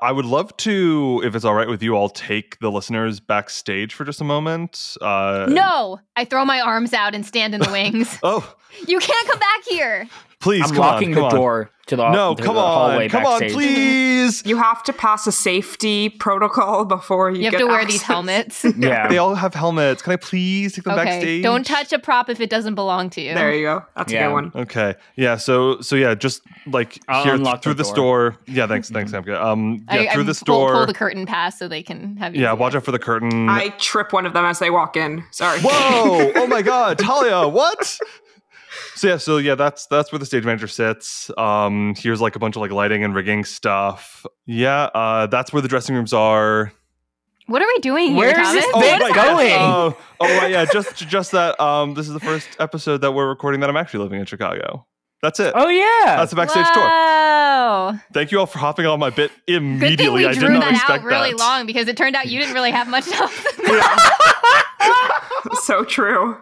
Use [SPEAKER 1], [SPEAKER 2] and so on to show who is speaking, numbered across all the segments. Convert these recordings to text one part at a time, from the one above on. [SPEAKER 1] I would love to, if it's all right with you, I'll take the listeners backstage for just a moment. Uh,
[SPEAKER 2] no, I throw my arms out and stand in the wings.
[SPEAKER 1] Oh,
[SPEAKER 2] you can't come back here.
[SPEAKER 1] please,
[SPEAKER 3] I'm
[SPEAKER 1] come on,
[SPEAKER 3] locking
[SPEAKER 1] come
[SPEAKER 3] the
[SPEAKER 1] on.
[SPEAKER 3] door to the
[SPEAKER 1] No,
[SPEAKER 3] to
[SPEAKER 1] come
[SPEAKER 3] the
[SPEAKER 1] on,
[SPEAKER 3] hallway
[SPEAKER 1] come on,
[SPEAKER 3] backstage.
[SPEAKER 1] please.
[SPEAKER 4] You have to pass a safety protocol before you,
[SPEAKER 2] You have
[SPEAKER 4] get
[SPEAKER 2] to wear
[SPEAKER 4] access.
[SPEAKER 2] these helmets.
[SPEAKER 3] Yeah,
[SPEAKER 1] They all have helmets. Can I please take them
[SPEAKER 2] okay.
[SPEAKER 1] backstage?
[SPEAKER 2] Don't touch a prop if it doesn't belong to you.
[SPEAKER 4] There you go. That's a
[SPEAKER 3] Yeah.
[SPEAKER 4] good one.
[SPEAKER 1] Okay. Yeah. So so yeah, just like
[SPEAKER 3] I'll
[SPEAKER 1] here
[SPEAKER 3] unlock
[SPEAKER 1] through
[SPEAKER 3] the
[SPEAKER 1] this
[SPEAKER 3] door. Mm-hmm.
[SPEAKER 1] door. Yeah. Thanks. Thanks, Samka. Um. Yeah.
[SPEAKER 2] I,
[SPEAKER 1] through
[SPEAKER 2] I
[SPEAKER 1] this
[SPEAKER 2] pull,
[SPEAKER 1] door.
[SPEAKER 2] pull the curtain past so they can have you.
[SPEAKER 1] yeah. Watch out for the curtain.
[SPEAKER 4] I trip one of them as they walk in. Sorry.
[SPEAKER 1] Whoa! oh my God, Talia, what? So yeah, so yeah, that's that's where the stage manager sits. Um, here's like a bunch of like lighting and rigging stuff. Yeah, uh, that's where the dressing rooms are.
[SPEAKER 2] What are we doing here,
[SPEAKER 3] Where is
[SPEAKER 2] Thomas?
[SPEAKER 3] this bit
[SPEAKER 1] right,
[SPEAKER 3] going?
[SPEAKER 1] yes, Oh, oh right, yeah, just just that. Um, this is the first episode that we're recording that I'm actually living in Chicago. That's it.
[SPEAKER 3] oh yeah.
[SPEAKER 1] That's the backstage tour.
[SPEAKER 2] Wow.
[SPEAKER 1] Thank you all for hopping on my bit
[SPEAKER 2] Good thing
[SPEAKER 1] immediately.
[SPEAKER 2] we
[SPEAKER 1] I did
[SPEAKER 2] drew
[SPEAKER 1] not
[SPEAKER 2] that
[SPEAKER 1] expect
[SPEAKER 2] out really
[SPEAKER 1] that.
[SPEAKER 2] long because it turned out you didn't really have much else.
[SPEAKER 4] so true.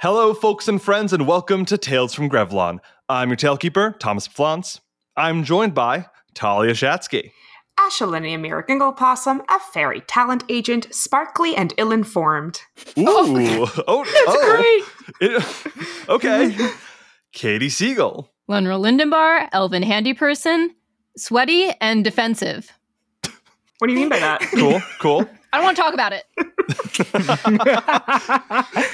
[SPEAKER 1] Hello, folks and friends, and welcome to Tales from Grevlon. I'm your talekeeper, Thomas Flance. I'm joined by Talia Shatsky.
[SPEAKER 4] Ashalinia Miragingle Possum, a fairy talent agent, sparkly and ill informed.
[SPEAKER 1] Ooh, oh, oh, It- okay. Katie Siegel.
[SPEAKER 2] Lunrel Lindenbar, Elvin Handy Person, sweaty and defensive.
[SPEAKER 4] What do you mean by that?
[SPEAKER 1] Cool, cool.
[SPEAKER 2] I don't want to talk about it.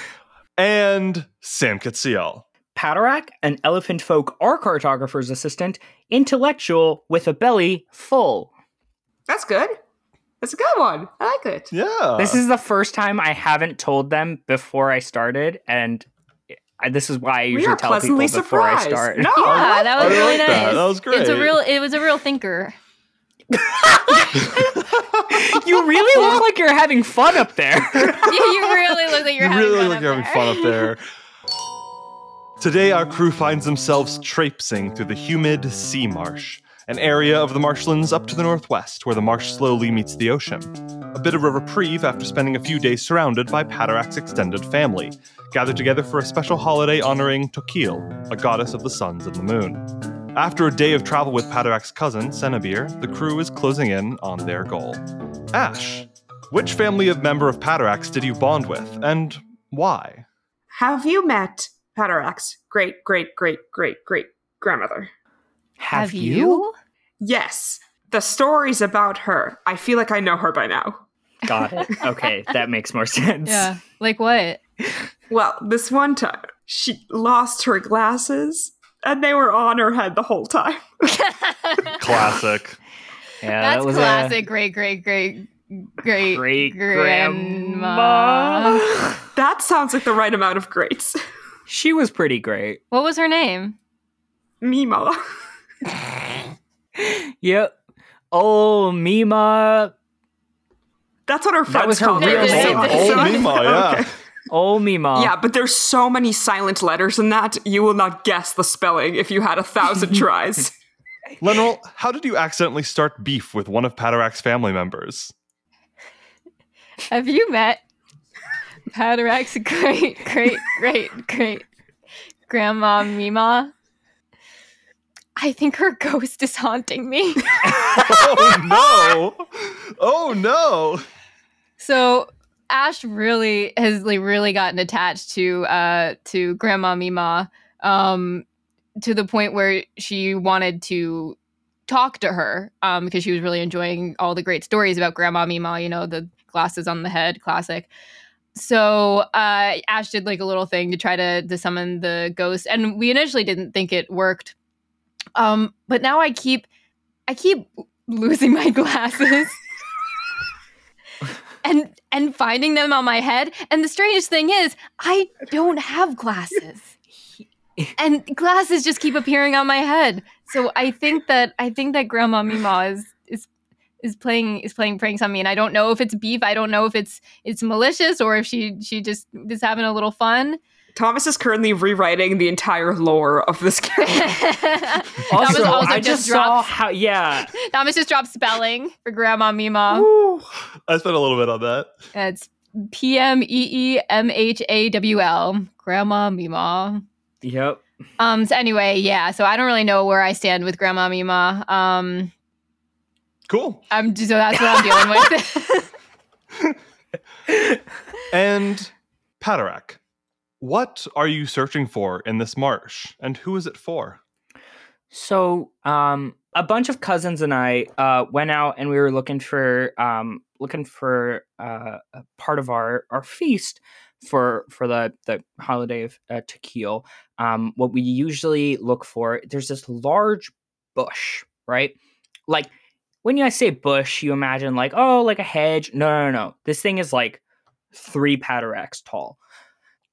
[SPEAKER 1] And Sam Katsiel.
[SPEAKER 3] Patarak, an elephant folk art cartographer's assistant, intellectual with a belly full.
[SPEAKER 4] That's good. That's a good one. I like it.
[SPEAKER 1] Yeah.
[SPEAKER 3] this is the first time I haven't told them before I started, and I- this is why I
[SPEAKER 4] We
[SPEAKER 3] usually
[SPEAKER 4] are
[SPEAKER 3] tell people
[SPEAKER 4] pleasantly
[SPEAKER 3] before
[SPEAKER 4] surprised.
[SPEAKER 3] I start.
[SPEAKER 4] No,
[SPEAKER 2] Yeah, that was
[SPEAKER 1] Oh, I
[SPEAKER 2] really
[SPEAKER 1] like
[SPEAKER 2] nice.
[SPEAKER 1] that. That was
[SPEAKER 2] It's a
[SPEAKER 1] great.
[SPEAKER 2] real. It was a real thinker.
[SPEAKER 3] you really look like you're having fun up there.
[SPEAKER 2] you really look like you're
[SPEAKER 1] you
[SPEAKER 2] having
[SPEAKER 1] really
[SPEAKER 2] fun.
[SPEAKER 1] look like
[SPEAKER 2] up
[SPEAKER 1] you're having fun up there. Today, our crew finds themselves traipsing through the humid sea marsh, an area of the marshlands up to the northwest where the marsh slowly meets the ocean. A bit of a reprieve after spending a few days surrounded by Patarak's extended family, gathered together for a special holiday honoring Tokil, a goddess of the suns and the moon. After a day of travel with Patarak's cousin, Cenobir, the crew is closing in on their goal. Ash, which family of member of Patarax did you bond with, and why?
[SPEAKER 4] Have you met Patarak's great, great, great, great, great grandmother?
[SPEAKER 2] Have you?
[SPEAKER 4] Yes. The stories about her. I feel like I know her by now.
[SPEAKER 3] Got it. Okay, that makes more sense.
[SPEAKER 2] Yeah. Like what?
[SPEAKER 4] Well, this one time, she lost her glasses and they were on her head the whole time.
[SPEAKER 1] Classic.
[SPEAKER 3] Yeah,
[SPEAKER 2] That's
[SPEAKER 3] that was a
[SPEAKER 2] classic. Great, great, great, great,
[SPEAKER 3] Great
[SPEAKER 2] grandma.
[SPEAKER 3] grandma.
[SPEAKER 4] That sounds like the right amount of greats.
[SPEAKER 3] She was pretty great.
[SPEAKER 2] What was her name?
[SPEAKER 4] Mima.
[SPEAKER 3] Yep. Oh, Mima.
[SPEAKER 4] That's what her friends
[SPEAKER 3] was her
[SPEAKER 4] called
[SPEAKER 2] real
[SPEAKER 4] so
[SPEAKER 2] name.
[SPEAKER 4] I-
[SPEAKER 2] Oh,
[SPEAKER 4] so I-
[SPEAKER 1] Mima, yeah.
[SPEAKER 4] okay.
[SPEAKER 3] Oh, Mima.
[SPEAKER 4] Yeah, but there's so many silent letters in that, you will not guess the spelling if you had a thousand tries.
[SPEAKER 1] Lenrol, how did you accidentally start beef with one of Patarak's family members?
[SPEAKER 2] Have you met Patarak's great, great, great, great grandma Mima? I think her ghost is haunting me.
[SPEAKER 1] oh no! Oh no!
[SPEAKER 2] So Ash really has like really gotten attached to uh to Grandma Mima um to the point where she wanted to talk to her um because she was really enjoying all the great stories about Grandma Mima, you know, the glasses on the head classic. So uh Ash did like a little thing to try to to summon the ghost and we initially didn't think it worked. Um but now I keep I keep losing my glasses and and finding them on my head. And the strangest thing is, I don't have glasses. And glasses just keep appearing on my head. So I think that I think that Grandma Mima is is is playing is playing pranks on me and I don't know if it's beef, I don't know if it's it's malicious or if she she just is having a little fun.
[SPEAKER 4] Thomas is currently rewriting the entire lore of this game.
[SPEAKER 2] Thomas
[SPEAKER 3] Also,
[SPEAKER 2] also
[SPEAKER 3] I
[SPEAKER 2] just
[SPEAKER 3] just saw
[SPEAKER 2] dropped-
[SPEAKER 3] how. Yeah,
[SPEAKER 2] Thomas just dropped spelling for Grandma Mima.
[SPEAKER 4] Ooh.
[SPEAKER 1] I spent a little bit on that.
[SPEAKER 2] It's P M E E M H A W L. Grandma Mima.
[SPEAKER 3] yep.
[SPEAKER 2] Um. So anyway, yeah. So I don't really know where I stand with Grandma Mima. Um.
[SPEAKER 1] Cool.
[SPEAKER 2] I'm so that's what I'm dealing with.
[SPEAKER 1] And Patarak, what are you searching for in this marsh, and who is it for?
[SPEAKER 3] So, um, a bunch of cousins and I uh, went out and we were looking for um, looking for uh, a part of our our feast for for the the holiday of uh, Tequil. Um, what we usually look for there's this large bush, right? Like when you guys say bush, you imagine like oh like a hedge. No, no, no. no. This thing is like three pateracks tall,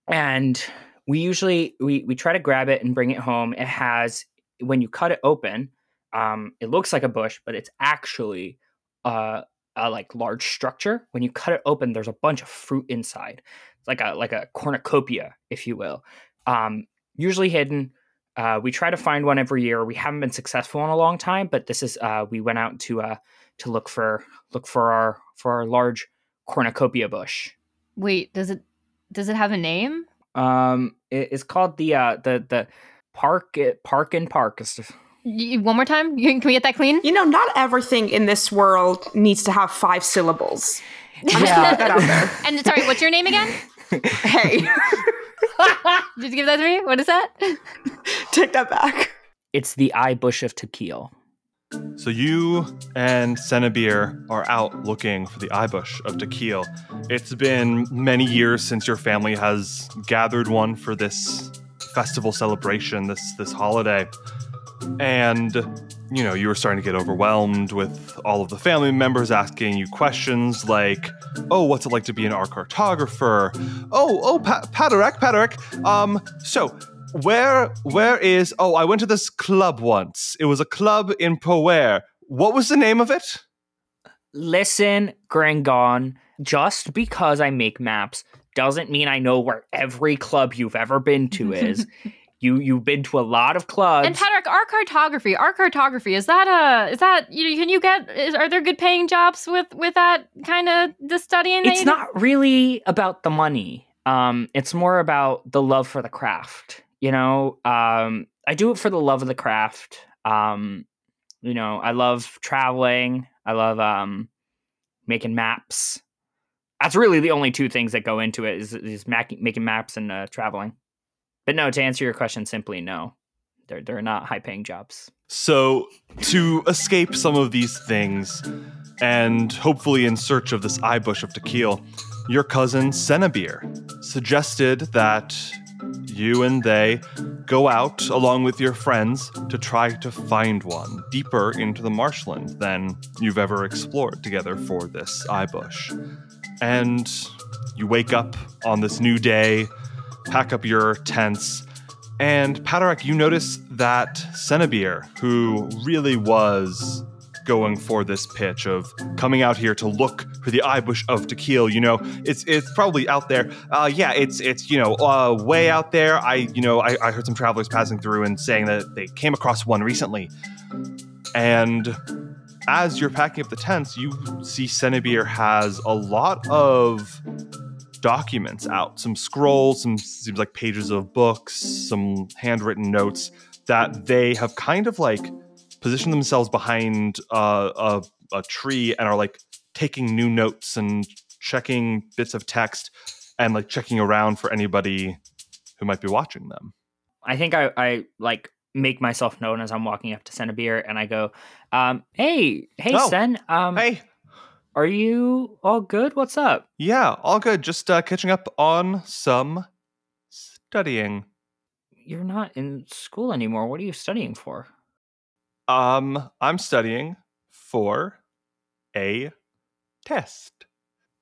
[SPEAKER 3] and we usually we we try to grab it and bring it home. It has when you cut it open, um, it looks like a bush, but it's actually uh, a like large structure. When you cut it open, there's a bunch of fruit inside, It's like a like a cornucopia, if you will. Um, usually hidden. Uh, we try to find one every year. We haven't been successful in a long time, but this is uh, we went out to uh, to look for look for our for our large cornucopia bush.
[SPEAKER 2] Wait, does it does it have a name?
[SPEAKER 3] Um, it, it's called the uh, the the park park and park. It's just-
[SPEAKER 2] Y- One more time? Can we get that clean?
[SPEAKER 4] You know, not everything in this world needs to have five syllables.
[SPEAKER 3] Yeah.
[SPEAKER 4] that out there.
[SPEAKER 2] and sorry, what's your name again?
[SPEAKER 4] Hey,
[SPEAKER 2] Did you give that to me? What is that?
[SPEAKER 3] Uh,
[SPEAKER 4] take that back.
[SPEAKER 3] It's the eye bush of Tequil.
[SPEAKER 1] So you and Cenobir are out looking for the eyebush of Tequil. It's been many years since your family has gathered one for this festival celebration, this this holiday. And you know, you were starting to get overwhelmed with all of the family members asking you questions like, "Oh, what's it like to be an art cartographer?" "Oh, oh, pa- Paderek, Paderek. Um, so where where is oh i went to this club once it was a club in Poer. what was the name of it
[SPEAKER 3] Listen, Grangon, just because I make maps doesn't mean I know where every club you've ever been to is. you you've been to a lot of clubs.
[SPEAKER 2] And Patrick, our cartography, our cartography is that a is that you can you get is, are there good paying jobs with with that kind of the studying? that
[SPEAKER 3] it's
[SPEAKER 2] you do?
[SPEAKER 3] not really about the money. Um, it's more about the love for the craft. You know, um, I do it for the love of the craft. Um, you know, I love traveling. I love um, making maps. That's really the only two things that go into it is, is mac- making maps and uh, traveling. But no, to answer your question, simply no. They're they're not high paying jobs.
[SPEAKER 1] So, to escape some of these things, and hopefully in search of this eye bush of Tequil, your cousin Cenobir suggested that you and they go out along with your friends to try to find one deeper into the marshland than you've ever explored together for this eye bush. And you wake up on this new day, pack up your tents, and Patarak, you notice that Cenobir, who really was going for this pitch of coming out here to look for the eye bush of Tequil, you know, it's it's probably out there. Uh, yeah, it's it's you know uh, way out there. I you know I, I heard some travelers passing through and saying that they came across one recently, and as you're packing up the tents, you see Cenobir has a lot of documents out some scrolls some seems like pages of books some handwritten notes that they have kind of like positioned themselves behind uh, a, a tree and are like taking new notes and checking bits of text and like checking around for anybody who might be watching them
[SPEAKER 3] I think I, I like make myself known as I'm walking up to Cenobir and I go, um, hey, hey
[SPEAKER 1] Oh.
[SPEAKER 3] Sen, um
[SPEAKER 1] hey
[SPEAKER 3] are you all good? What's up?
[SPEAKER 1] yeah all good just uh, catching up on some studying
[SPEAKER 3] You're not in school anymore. What are you studying for?
[SPEAKER 1] um i'm studying for a test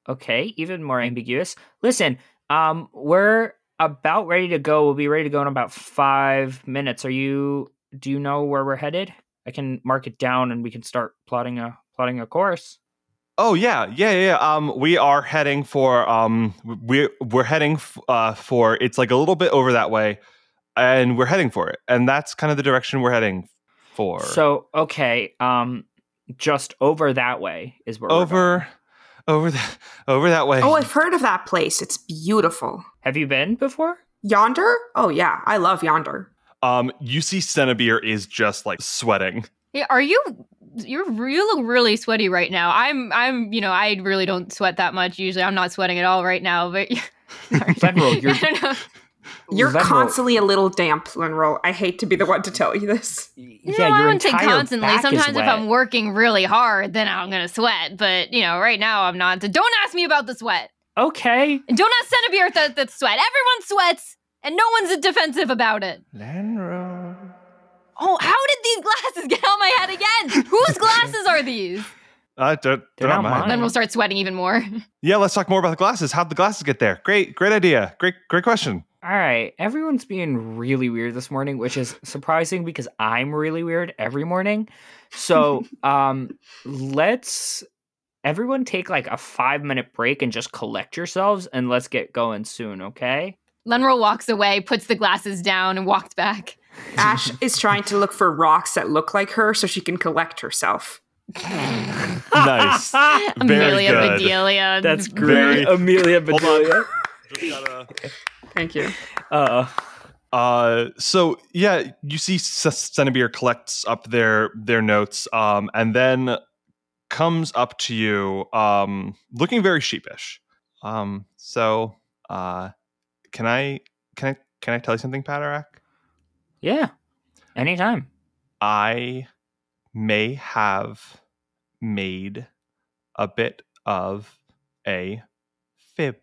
[SPEAKER 3] Okay, even more ambiguous. Listen, um, we're about ready to go. We'll be ready to go in about five minutes. Are you do you know where we're headed? I can mark it down and we can start plotting a plotting a course.
[SPEAKER 1] Oh yeah, yeah, yeah. yeah. Um, we are heading for um, we we're heading f- uh, for it's like a little bit over that way, and we're heading for it, and that's kind of the direction we're heading for.
[SPEAKER 3] So okay, um, just over that way is where we're going.
[SPEAKER 1] over, over the over that way.
[SPEAKER 4] Oh, I've heard of that place. It's beautiful.
[SPEAKER 3] Have you been before?
[SPEAKER 4] Yonder? Oh yeah, I love yonder.
[SPEAKER 1] Um, you see, Centibere is just like sweating.
[SPEAKER 2] Hey, are you? You're real, really sweaty right now. I'm, I'm, you know, I really don't sweat that much usually. I'm not sweating at all right now, but sorry.
[SPEAKER 3] Federal, you're-
[SPEAKER 2] I don't know.
[SPEAKER 4] You're
[SPEAKER 3] Venro-
[SPEAKER 4] constantly a little damp, Lenroll. I hate to be the one to tell you this.
[SPEAKER 2] You
[SPEAKER 3] yeah,
[SPEAKER 2] know, I
[SPEAKER 3] your
[SPEAKER 2] wouldn't say
[SPEAKER 3] entire
[SPEAKER 2] constantly.
[SPEAKER 3] back is
[SPEAKER 2] Sometimes if
[SPEAKER 3] wet.
[SPEAKER 2] I'm working really hard, then I'm gonna sweat. But you know, right now I'm not. So don't ask me about the sweat.
[SPEAKER 3] okay,
[SPEAKER 2] And don't ask Centibere that that sweat. Everyone sweats, and no one's defensive about it.
[SPEAKER 1] Lenro.
[SPEAKER 2] Oh, how did these glasses get on my head again? Whose glasses are these?
[SPEAKER 1] Uh, don't, they're, not, mine.
[SPEAKER 2] Then we'll start sweating even more.
[SPEAKER 1] Yeah, let's talk more about the glasses. How'd the glasses get there? Great, great idea. Great, great question.
[SPEAKER 3] All right, everyone's being really weird this morning, which is surprising because I'm really weird every morning. So, um, let's everyone take like a five minute break and just collect yourselves, and let's get going soon. Okay?
[SPEAKER 2] Lenro walks away, puts the glasses down, and walks back.
[SPEAKER 4] Ash is trying to look for rocks that look like her so she can collect herself.
[SPEAKER 1] Nice. Very
[SPEAKER 2] Amelia
[SPEAKER 1] good.
[SPEAKER 2] Bedelia.
[SPEAKER 3] That's
[SPEAKER 1] Very-
[SPEAKER 3] great, Amelia
[SPEAKER 1] Hold on.
[SPEAKER 3] Bedelia.
[SPEAKER 4] Thank you.
[SPEAKER 3] Uh,
[SPEAKER 1] Uh, so yeah, you see C- Centibere collects up their their notes, um, and then comes up to you, um, looking very sheepish. Um, so uh, can I can I can I tell you something, Patarak?
[SPEAKER 3] yeah, anytime.
[SPEAKER 1] I may have made a bit of a fib.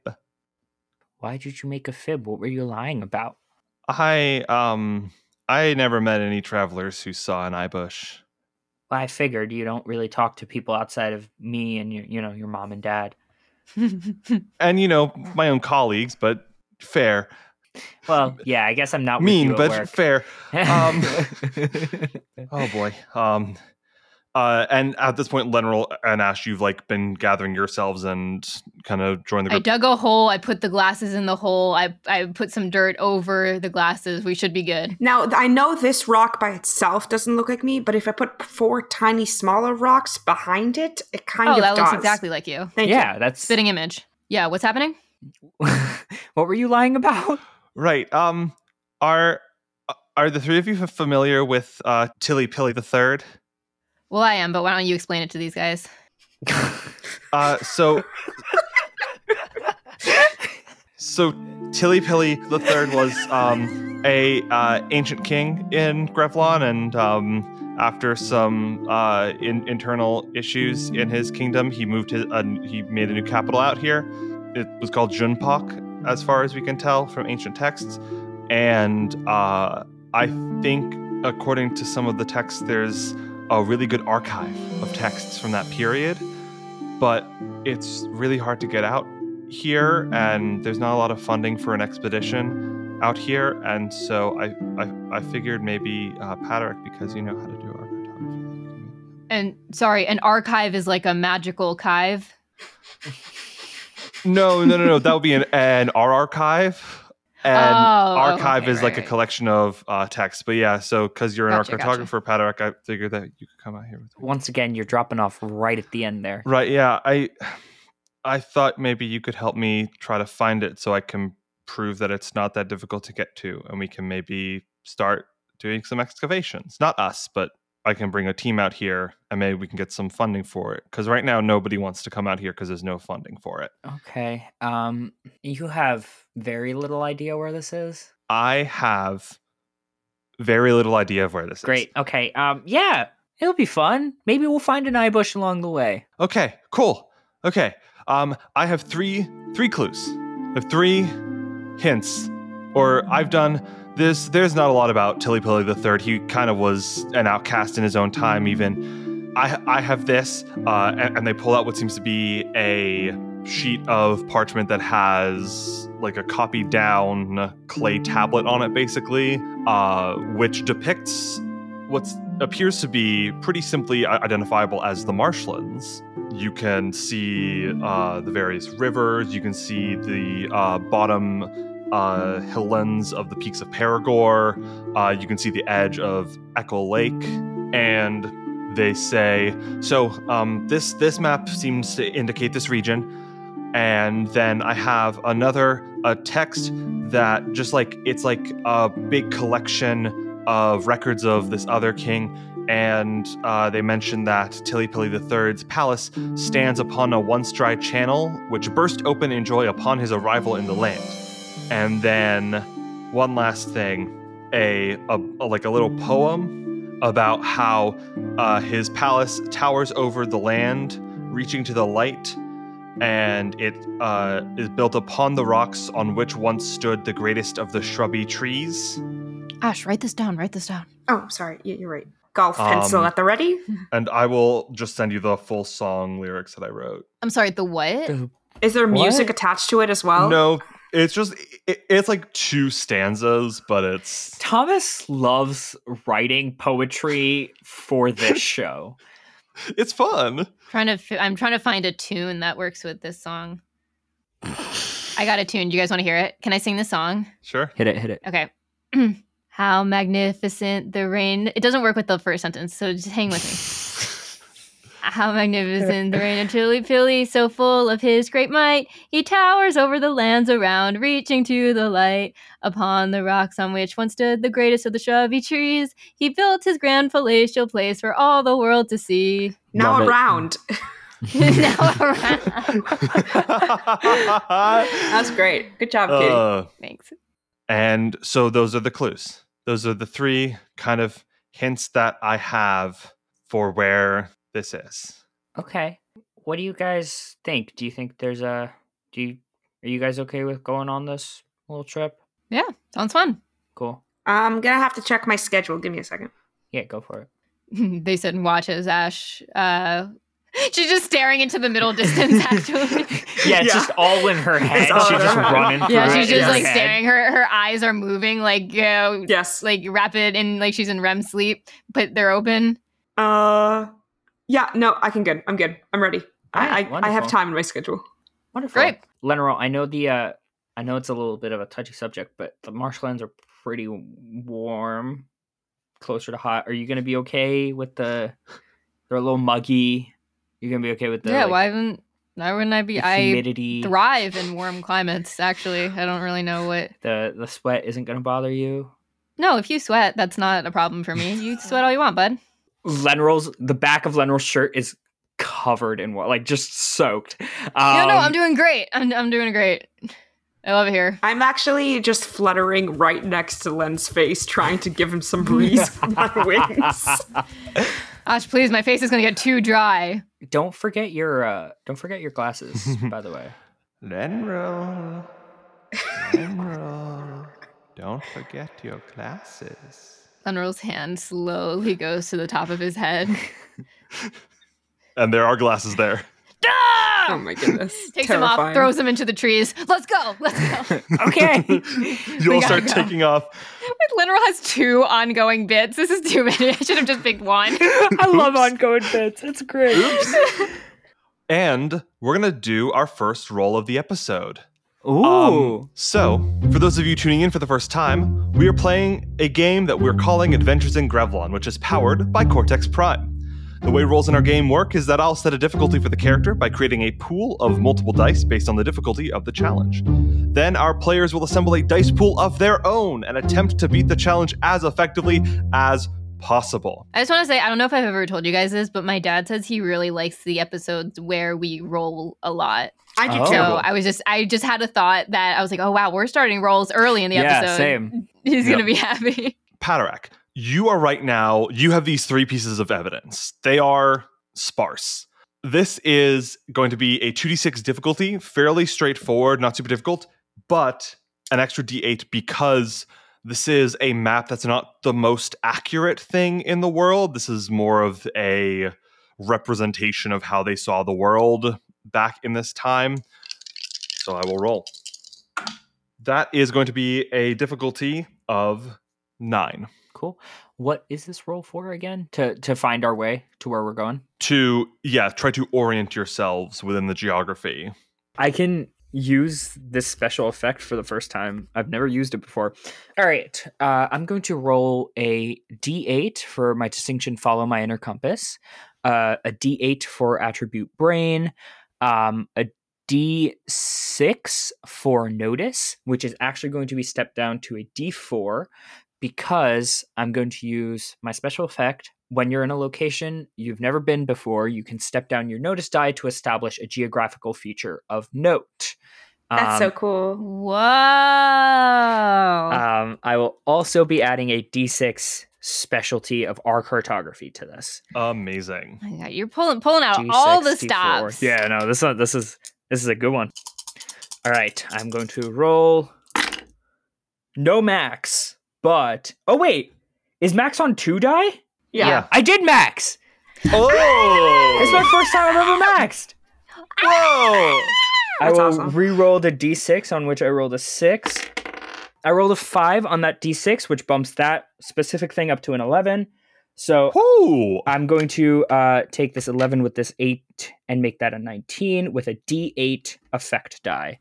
[SPEAKER 3] Why did you make a fib? What were you lying about?
[SPEAKER 1] I um I never met any travelers who saw an eye bush.
[SPEAKER 3] Well, I figured you don't really talk to people outside of me and your, you know, your mom and dad.
[SPEAKER 1] And you know, my own colleagues, but fair.
[SPEAKER 3] Well, yeah, I guess I'm not with you
[SPEAKER 1] mean,
[SPEAKER 3] at
[SPEAKER 1] but
[SPEAKER 3] work.
[SPEAKER 1] fair. Um,
[SPEAKER 3] um,
[SPEAKER 1] Oh boy. Um uh and at this point Lenroll and Ash, you've like been gathering yourselves and kind of joined the
[SPEAKER 2] I
[SPEAKER 1] group.
[SPEAKER 2] dug a hole. I put the glasses in the hole. I, I put some dirt over the glasses. We should be good.
[SPEAKER 4] Now, th- I know this rock by itself doesn't look like me, but if I put four tiny smaller rocks behind it, it kind
[SPEAKER 2] oh,
[SPEAKER 4] of
[SPEAKER 2] that
[SPEAKER 4] does.
[SPEAKER 2] looks exactly like you.
[SPEAKER 4] Thank you.
[SPEAKER 3] yeah, that's
[SPEAKER 2] Spitting image. Yeah, what's happening?
[SPEAKER 3] what were you lying about?
[SPEAKER 1] Right. Um are uh, are the three of you f- familiar with uh Tilly Pilly the third?
[SPEAKER 2] Well, I am, but why don't you explain it to these guys?
[SPEAKER 1] Uh, so, so Tilly Pilly the Third was um, a uh, ancient king in Grevlon, and um, after some uh, in- internal issues in his kingdom, he moved his uh, he made a new capital out here. It was called Junpak, as far as we can tell from ancient texts, and uh, I think according to some of the texts, there's a really good archive of texts from that period but it's really hard to get out here and there's not a lot of funding for an expedition out here and so i i, I figured maybe uh Patrick, because you know how to do our cartography
[SPEAKER 2] And sorry, an archive is like a magical chive.
[SPEAKER 1] no no no no that would be an an our archive and
[SPEAKER 2] Oh,
[SPEAKER 1] archive
[SPEAKER 2] okay,
[SPEAKER 1] is
[SPEAKER 2] right,
[SPEAKER 1] like
[SPEAKER 2] right.
[SPEAKER 1] a collection of uh texts but yeah so because you're an
[SPEAKER 2] Gotcha, gotcha.
[SPEAKER 1] archaeographer Patrick, i figured that you could come out here with me
[SPEAKER 3] Once again, you're dropping off right at the end there.
[SPEAKER 1] Right, yeah. I I thought maybe you could help me try to find it so I can prove that it's not that difficult to get to and we can maybe start doing some excavations. Not us, but I can bring a team out here and maybe we can get some funding for it cuz right now nobody wants to come out here cuz there's no funding for it.
[SPEAKER 3] Okay. Um, you have very little idea where this is.
[SPEAKER 1] I have very little idea of where this is.
[SPEAKER 3] Great. Okay. Um, yeah, it'll be fun. Maybe we'll find an eye bush along the way.
[SPEAKER 1] Okay, cool. Okay. Um, I have three three clues. I have three hints. Or I've done this there's not a lot about Tilly Pilly the Third. He kind of was an outcast in his own time, even. I I have this, uh, and, and they pull out what seems to be a sheet of parchment that has like a copied down clay tablet on it, basically, uh, which depicts what's appears to be pretty simply i- identifiable as the marshlands. You can see uh, the various rivers, you can see the uh, bottom uh, highlands of the peaks of Perigor, uh, you can see the edge of Echo Lake, and they say, so um, this this map seems to indicate this region, and then I have another a text that just like it's like a big collection of records of this other king, and uh, they mention that Tillypilly III's palace stands upon a once dry channel which burst open in joy upon his arrival in the land, and then one last thing, a, a like a little poem about how uh, his palace towers over the land, reaching to the light, and it uh, is built upon the rocks on which once stood the greatest of the shrubby trees.
[SPEAKER 2] Ash, write this down. Write this down.
[SPEAKER 4] Oh, sorry. Yeah, you're right. Golf pencil
[SPEAKER 1] Um,
[SPEAKER 4] at the ready.
[SPEAKER 1] And I will just send you the full song lyrics that I wrote.
[SPEAKER 2] I'm sorry. The what?
[SPEAKER 3] Uh,
[SPEAKER 4] Is there music
[SPEAKER 3] what?
[SPEAKER 4] attached to it as well?
[SPEAKER 1] No, it's just it, it's like two stanzas, but it's
[SPEAKER 3] Thomas loves writing poetry for this show.
[SPEAKER 1] it's fun.
[SPEAKER 2] Trying to. F- I'm trying to find a tune that works with this song. I got a tune. Do you guys want to hear it? Can I sing this song?
[SPEAKER 1] Sure.
[SPEAKER 5] Hit it, hit it.
[SPEAKER 2] Okay. How magnificent the rain. It doesn't work with the first sentence, so just hang with me. How magnificent the reign of Chili Pili, so full of his great might. He towers over the lands around, reaching to the light. Upon the rocks on which once stood the greatest of the shrubby trees, he built his grand palatial place for all the world to see.
[SPEAKER 4] Now
[SPEAKER 5] Love it.
[SPEAKER 4] around.
[SPEAKER 2] now around.
[SPEAKER 4] That's great. Good job, Katie.
[SPEAKER 1] Uh,
[SPEAKER 2] Thanks.
[SPEAKER 1] And so those are the clues. Those are the three kind of hints that I have for where this is.
[SPEAKER 3] Okay. What do you guys think? Do you think there's a do you are you guys okay with going on this little trip?
[SPEAKER 2] Sounds fun.
[SPEAKER 3] Cool.
[SPEAKER 4] I'm gonna have to check my schedule. Give me a second.
[SPEAKER 3] Yeah, go for it.
[SPEAKER 2] they sit and watch as Ash. Uh, she's just staring into the middle distance, actually.
[SPEAKER 3] Yeah, it's
[SPEAKER 4] Yeah.
[SPEAKER 3] just all in her head.
[SPEAKER 4] It's all
[SPEAKER 3] She's
[SPEAKER 4] in
[SPEAKER 3] just
[SPEAKER 4] her head.
[SPEAKER 3] running. through
[SPEAKER 2] yeah,
[SPEAKER 3] it
[SPEAKER 2] she's
[SPEAKER 3] in
[SPEAKER 2] just
[SPEAKER 3] her
[SPEAKER 2] like
[SPEAKER 3] head.
[SPEAKER 2] staring. Her her eyes are moving like you know,
[SPEAKER 4] Yes.
[SPEAKER 2] like rapid and like she's in REM sleep, but they're open.
[SPEAKER 4] Uh, yeah. No, I can good. I'm good. I'm ready. I
[SPEAKER 3] Alright,
[SPEAKER 4] I, I have
[SPEAKER 3] wonderful.
[SPEAKER 4] time in my schedule.
[SPEAKER 3] Wonderful.
[SPEAKER 2] Great.
[SPEAKER 3] Lenero, I know the uh I know it's a little bit of a touchy subject, but the marshlands are pretty warm, closer to hot. Are you gonna be okay with the they're a little muggy? You're gonna be okay with the
[SPEAKER 2] yeah,
[SPEAKER 3] like,
[SPEAKER 2] why wouldn't why wouldn't I be?
[SPEAKER 3] the
[SPEAKER 2] I
[SPEAKER 3] humidity
[SPEAKER 2] thrive in warm climates. Actually, I don't really know what.
[SPEAKER 3] the the sweat isn't gonna bother you.
[SPEAKER 2] No, if you sweat, that's not a problem for me. You sweat all you want, bud.
[SPEAKER 3] Lenroll's the back of Lenroll's shirt is covered in what like just soaked. Um,
[SPEAKER 2] no, no, I'm doing great. I'm I'm doing great. I love it here.
[SPEAKER 4] I'm actually just fluttering right next to Len's face, trying to give him some breeze with my wings.
[SPEAKER 2] Ash, please, my face is gonna get too dry.
[SPEAKER 3] Don't forget your uh don't forget your glasses, by the way.
[SPEAKER 1] Lenroll. Lenroll. Don't forget your glasses.
[SPEAKER 2] Thunderroll's hand slowly goes to the top of his head.
[SPEAKER 1] And there are glasses there.
[SPEAKER 4] Oh my goodness!
[SPEAKER 2] Takes him off,
[SPEAKER 4] Terrifying.
[SPEAKER 2] throws him into the trees. Let's go. Let's go.
[SPEAKER 3] okay.
[SPEAKER 1] You all
[SPEAKER 2] gotta
[SPEAKER 1] start
[SPEAKER 2] go.
[SPEAKER 1] taking off.
[SPEAKER 2] Literal has two ongoing bits. This is too many. I should have just picked one.
[SPEAKER 3] I love ongoing bits. It's great.
[SPEAKER 1] Oops. and we're going to do our first roll of the episode.
[SPEAKER 3] Ooh.
[SPEAKER 1] Um, so, for those of you tuning in for the first time, we are playing a game that we're calling Adventures in Grevlon, which is powered by Cortex Prime. The way rolls in our game work is that I'll set a difficulty for the character by creating a pool of multiple dice based on the difficulty of the challenge. Then our players will assemble a dice pool of their own and attempt to beat the challenge as effectively as possible.
[SPEAKER 2] I just want to say, I don't know if I've ever told you guys this, but my dad says he really likes the episodes where we roll a lot.
[SPEAKER 4] I do
[SPEAKER 3] Oh.
[SPEAKER 2] So
[SPEAKER 4] too.
[SPEAKER 2] I was just, I just had a thought that I was like, oh wow, we're starting rolls early in the
[SPEAKER 3] yeah,
[SPEAKER 2] episode.
[SPEAKER 3] same.
[SPEAKER 2] He's
[SPEAKER 1] Yep.
[SPEAKER 2] gonna be happy.
[SPEAKER 1] Paderak, you are right now, you have these three pieces of evidence. They are sparse. This is going to be a 2d6 difficulty, fairly straightforward, not super difficult, but an extra d8 because this is a map that's not the most accurate thing in the world. This is more of a representation of how they saw the world back in this time. So I will roll. That is going to be a difficulty of nine.
[SPEAKER 3] Cool. What is this roll for again? To to find our way to where we're going.
[SPEAKER 1] To yeah, try to orient yourselves within the geography.
[SPEAKER 5] I can use this special effect for the first time. I've never used it before.
[SPEAKER 3] All right. Uh, I'm going to roll a d8 for my distinction follow my inner compass, uh, a d8 for attribute brain, um, a d6 for notice, which is actually going to be stepped down to a d4 because I'm going to use my special effect. When you're in a location you've never been before, you can step down your notice die to establish a geographical feature of note.
[SPEAKER 6] That's so
[SPEAKER 3] Um,
[SPEAKER 6] cool.
[SPEAKER 2] Whoa. Oh.
[SPEAKER 3] um, I will also be adding a D6 specialty of our cartography to this.
[SPEAKER 1] Amazing.
[SPEAKER 2] Oh my God, you're pulling pulling out all the
[SPEAKER 3] G64.
[SPEAKER 2] stops.
[SPEAKER 5] Yeah, no, this one, this is this is a good one.
[SPEAKER 3] All right, I'm going to roll. No max, but oh wait, is max on two die?
[SPEAKER 4] Yeah.
[SPEAKER 1] Yeah.
[SPEAKER 3] I did max. It's my
[SPEAKER 1] Oh!
[SPEAKER 3] first time I've ever maxed.
[SPEAKER 1] Whoa!
[SPEAKER 3] I
[SPEAKER 4] That's
[SPEAKER 3] will
[SPEAKER 4] awesome.
[SPEAKER 3] re-roll the d6 on which I rolled a six. I rolled a five on that d6, which bumps that specific thing up to an eleven. So
[SPEAKER 1] Whoo!
[SPEAKER 3] I'm going to uh, take this 11 with this 8 and make that a 19 with a D8 effect die.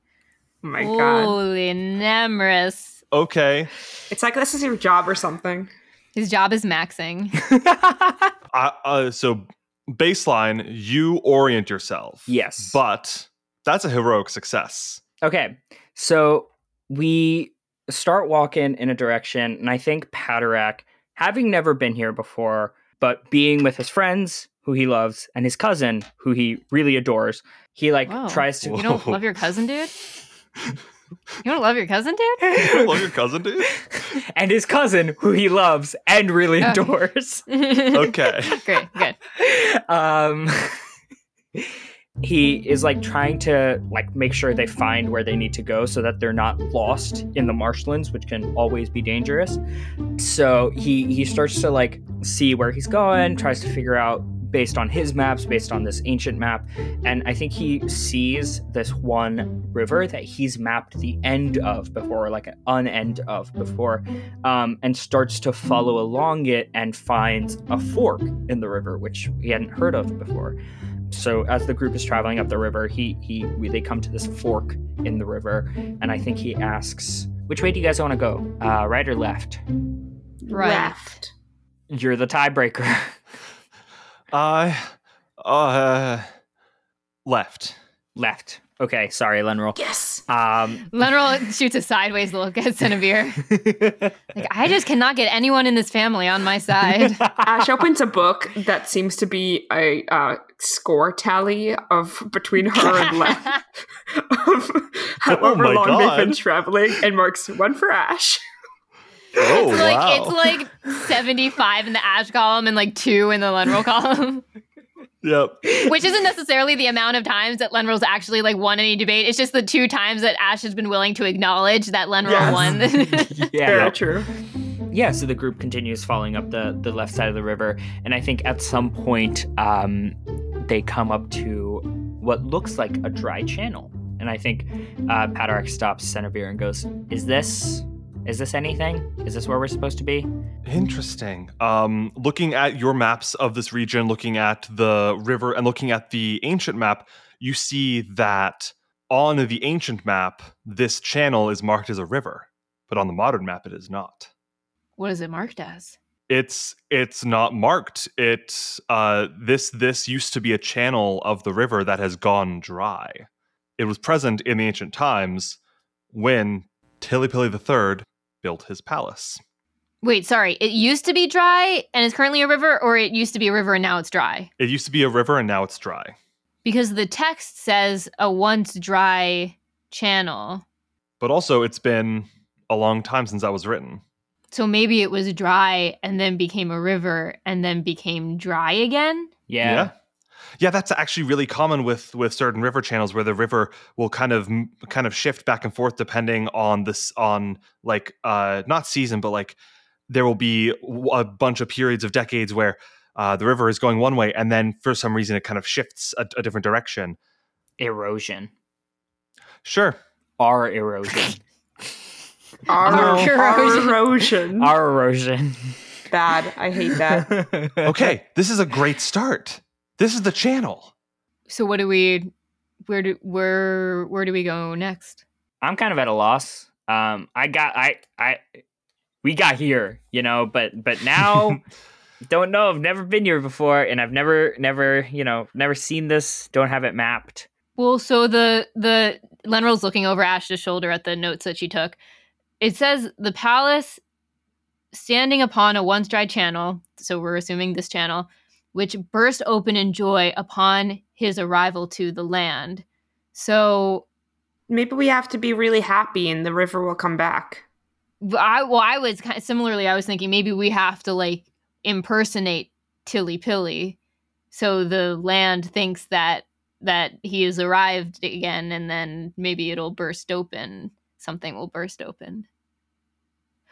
[SPEAKER 4] Oh my god.
[SPEAKER 2] Holy Nemrus.
[SPEAKER 1] Okay.
[SPEAKER 4] It's like this is your job or something.
[SPEAKER 2] His job is maxing.
[SPEAKER 1] I, uh, so baseline, you orient yourself.
[SPEAKER 3] yes.
[SPEAKER 1] But that's a heroic success.
[SPEAKER 3] okay. So we start walking in a direction, and I think Paderak, having never been here before, but being with his friends who he loves and his cousin who he really adores, he like
[SPEAKER 2] Whoa.
[SPEAKER 3] tries to.
[SPEAKER 2] You don't
[SPEAKER 1] Whoa.
[SPEAKER 2] love your cousin, dude? You don't love your cousin, dude?
[SPEAKER 1] You love your cousin, dude?
[SPEAKER 3] and his cousin who he loves and really
[SPEAKER 2] Okay.
[SPEAKER 3] adores.
[SPEAKER 1] Okay.
[SPEAKER 2] Great, good.
[SPEAKER 3] um he is like trying to like make sure they find where they need to go so that they're not lost in the marshlands which can always be dangerous so he he starts to like see where he's going tries to figure out based on his maps based on this ancient map and i think he sees this one river that he's mapped the end of before like an unend of before um, and starts to follow along it and finds a fork in the river, which he hadn't heard of before. So as the group is traveling up the river, he he we, they come to this fork in the river, and I think he asks, "Which way do you guys want to go? Uh, right or left?"
[SPEAKER 2] Right.
[SPEAKER 4] Left.
[SPEAKER 3] You're the tiebreaker.
[SPEAKER 1] I, uh, left.
[SPEAKER 3] left. Okay, sorry, Lenroll.
[SPEAKER 4] Yes.
[SPEAKER 3] Um,
[SPEAKER 2] Lenroll shoots a sideways look at Cinevere. Like, I just cannot get anyone in this family on my side.
[SPEAKER 4] Ash Uh, opens a book that seems to be a uh, score tally of between her and Len. of however
[SPEAKER 1] my
[SPEAKER 4] long they've been
[SPEAKER 1] God.
[SPEAKER 4] traveling, and marks one for Ash.
[SPEAKER 1] Oh,
[SPEAKER 2] it's like
[SPEAKER 1] wow.
[SPEAKER 2] it's like 75 in the ash column and like 2 in the lenroll column
[SPEAKER 1] yep.
[SPEAKER 2] which isn't necessarily the amount of times that lenroll's actually like won any debate it's just the two times that ash has been willing to acknowledge that lenroll
[SPEAKER 4] Yes.
[SPEAKER 2] won
[SPEAKER 4] Very
[SPEAKER 3] yeah.
[SPEAKER 4] true.
[SPEAKER 3] yeah so the group continues following up the the left side of the river and i think at some point um they come up to what looks like a dry channel and i think uh padarak stops centerbeer and goes is this is this anything is this where we're supposed to be
[SPEAKER 1] Interesting. Um, looking at your maps of this region, looking at the river, and looking at the ancient map, you see that on the ancient map, this channel is marked as a river, but on the modern map, it is not.
[SPEAKER 2] what is it marked as
[SPEAKER 1] It's it's not marked. It uh, this this used to be a channel of the river that has gone dry. It was present in the ancient times when Tilipili III built his palace.
[SPEAKER 2] wait sorry it used to be dry and it's currently a river or it used to be a river and now it's dry
[SPEAKER 1] It used to be a river, and now it's dry.
[SPEAKER 2] because the text says a once dry channel
[SPEAKER 1] but also it's been a long time since that was written.
[SPEAKER 2] so maybe it was dry and then became a river and then became dry again
[SPEAKER 3] yeah,
[SPEAKER 1] yeah, Yeah, that's actually really common with with certain river channels where the river will kind of m- kind of shift back and forth depending on this on like uh not season but like there will be w- a bunch of periods of decades where uh, the river is going one way and then for some reason it kind of shifts a, a different direction.
[SPEAKER 3] erosion
[SPEAKER 1] Sure.
[SPEAKER 3] our erosion
[SPEAKER 4] Our,
[SPEAKER 2] Our
[SPEAKER 4] our
[SPEAKER 2] erosion.
[SPEAKER 4] erosion.
[SPEAKER 3] our erosion
[SPEAKER 4] Bad. I hate that.
[SPEAKER 1] Okay, this is a great start. This is the channel.
[SPEAKER 2] So what do we where do where where do we go next?
[SPEAKER 3] I'm kind of at a loss. Um, I got I I we got here, you know, but but now don't know. I've never been here before, and I've never never you know never seen this. Don't have it mapped.
[SPEAKER 2] Well, so the the Lenrill's looking over Ash's shoulder at the notes that she took. It says the palace standing upon a once dry channel, so we're assuming this channel, which burst open in joy upon his arrival to the land. So
[SPEAKER 4] Maybe we have to be really happy and the river will come back.
[SPEAKER 2] I well, I was kind similarly. I was thinking maybe we have to like impersonate Tilly Pilly, so the land thinks that that he has arrived again, and then maybe it'll burst open. Something will burst open.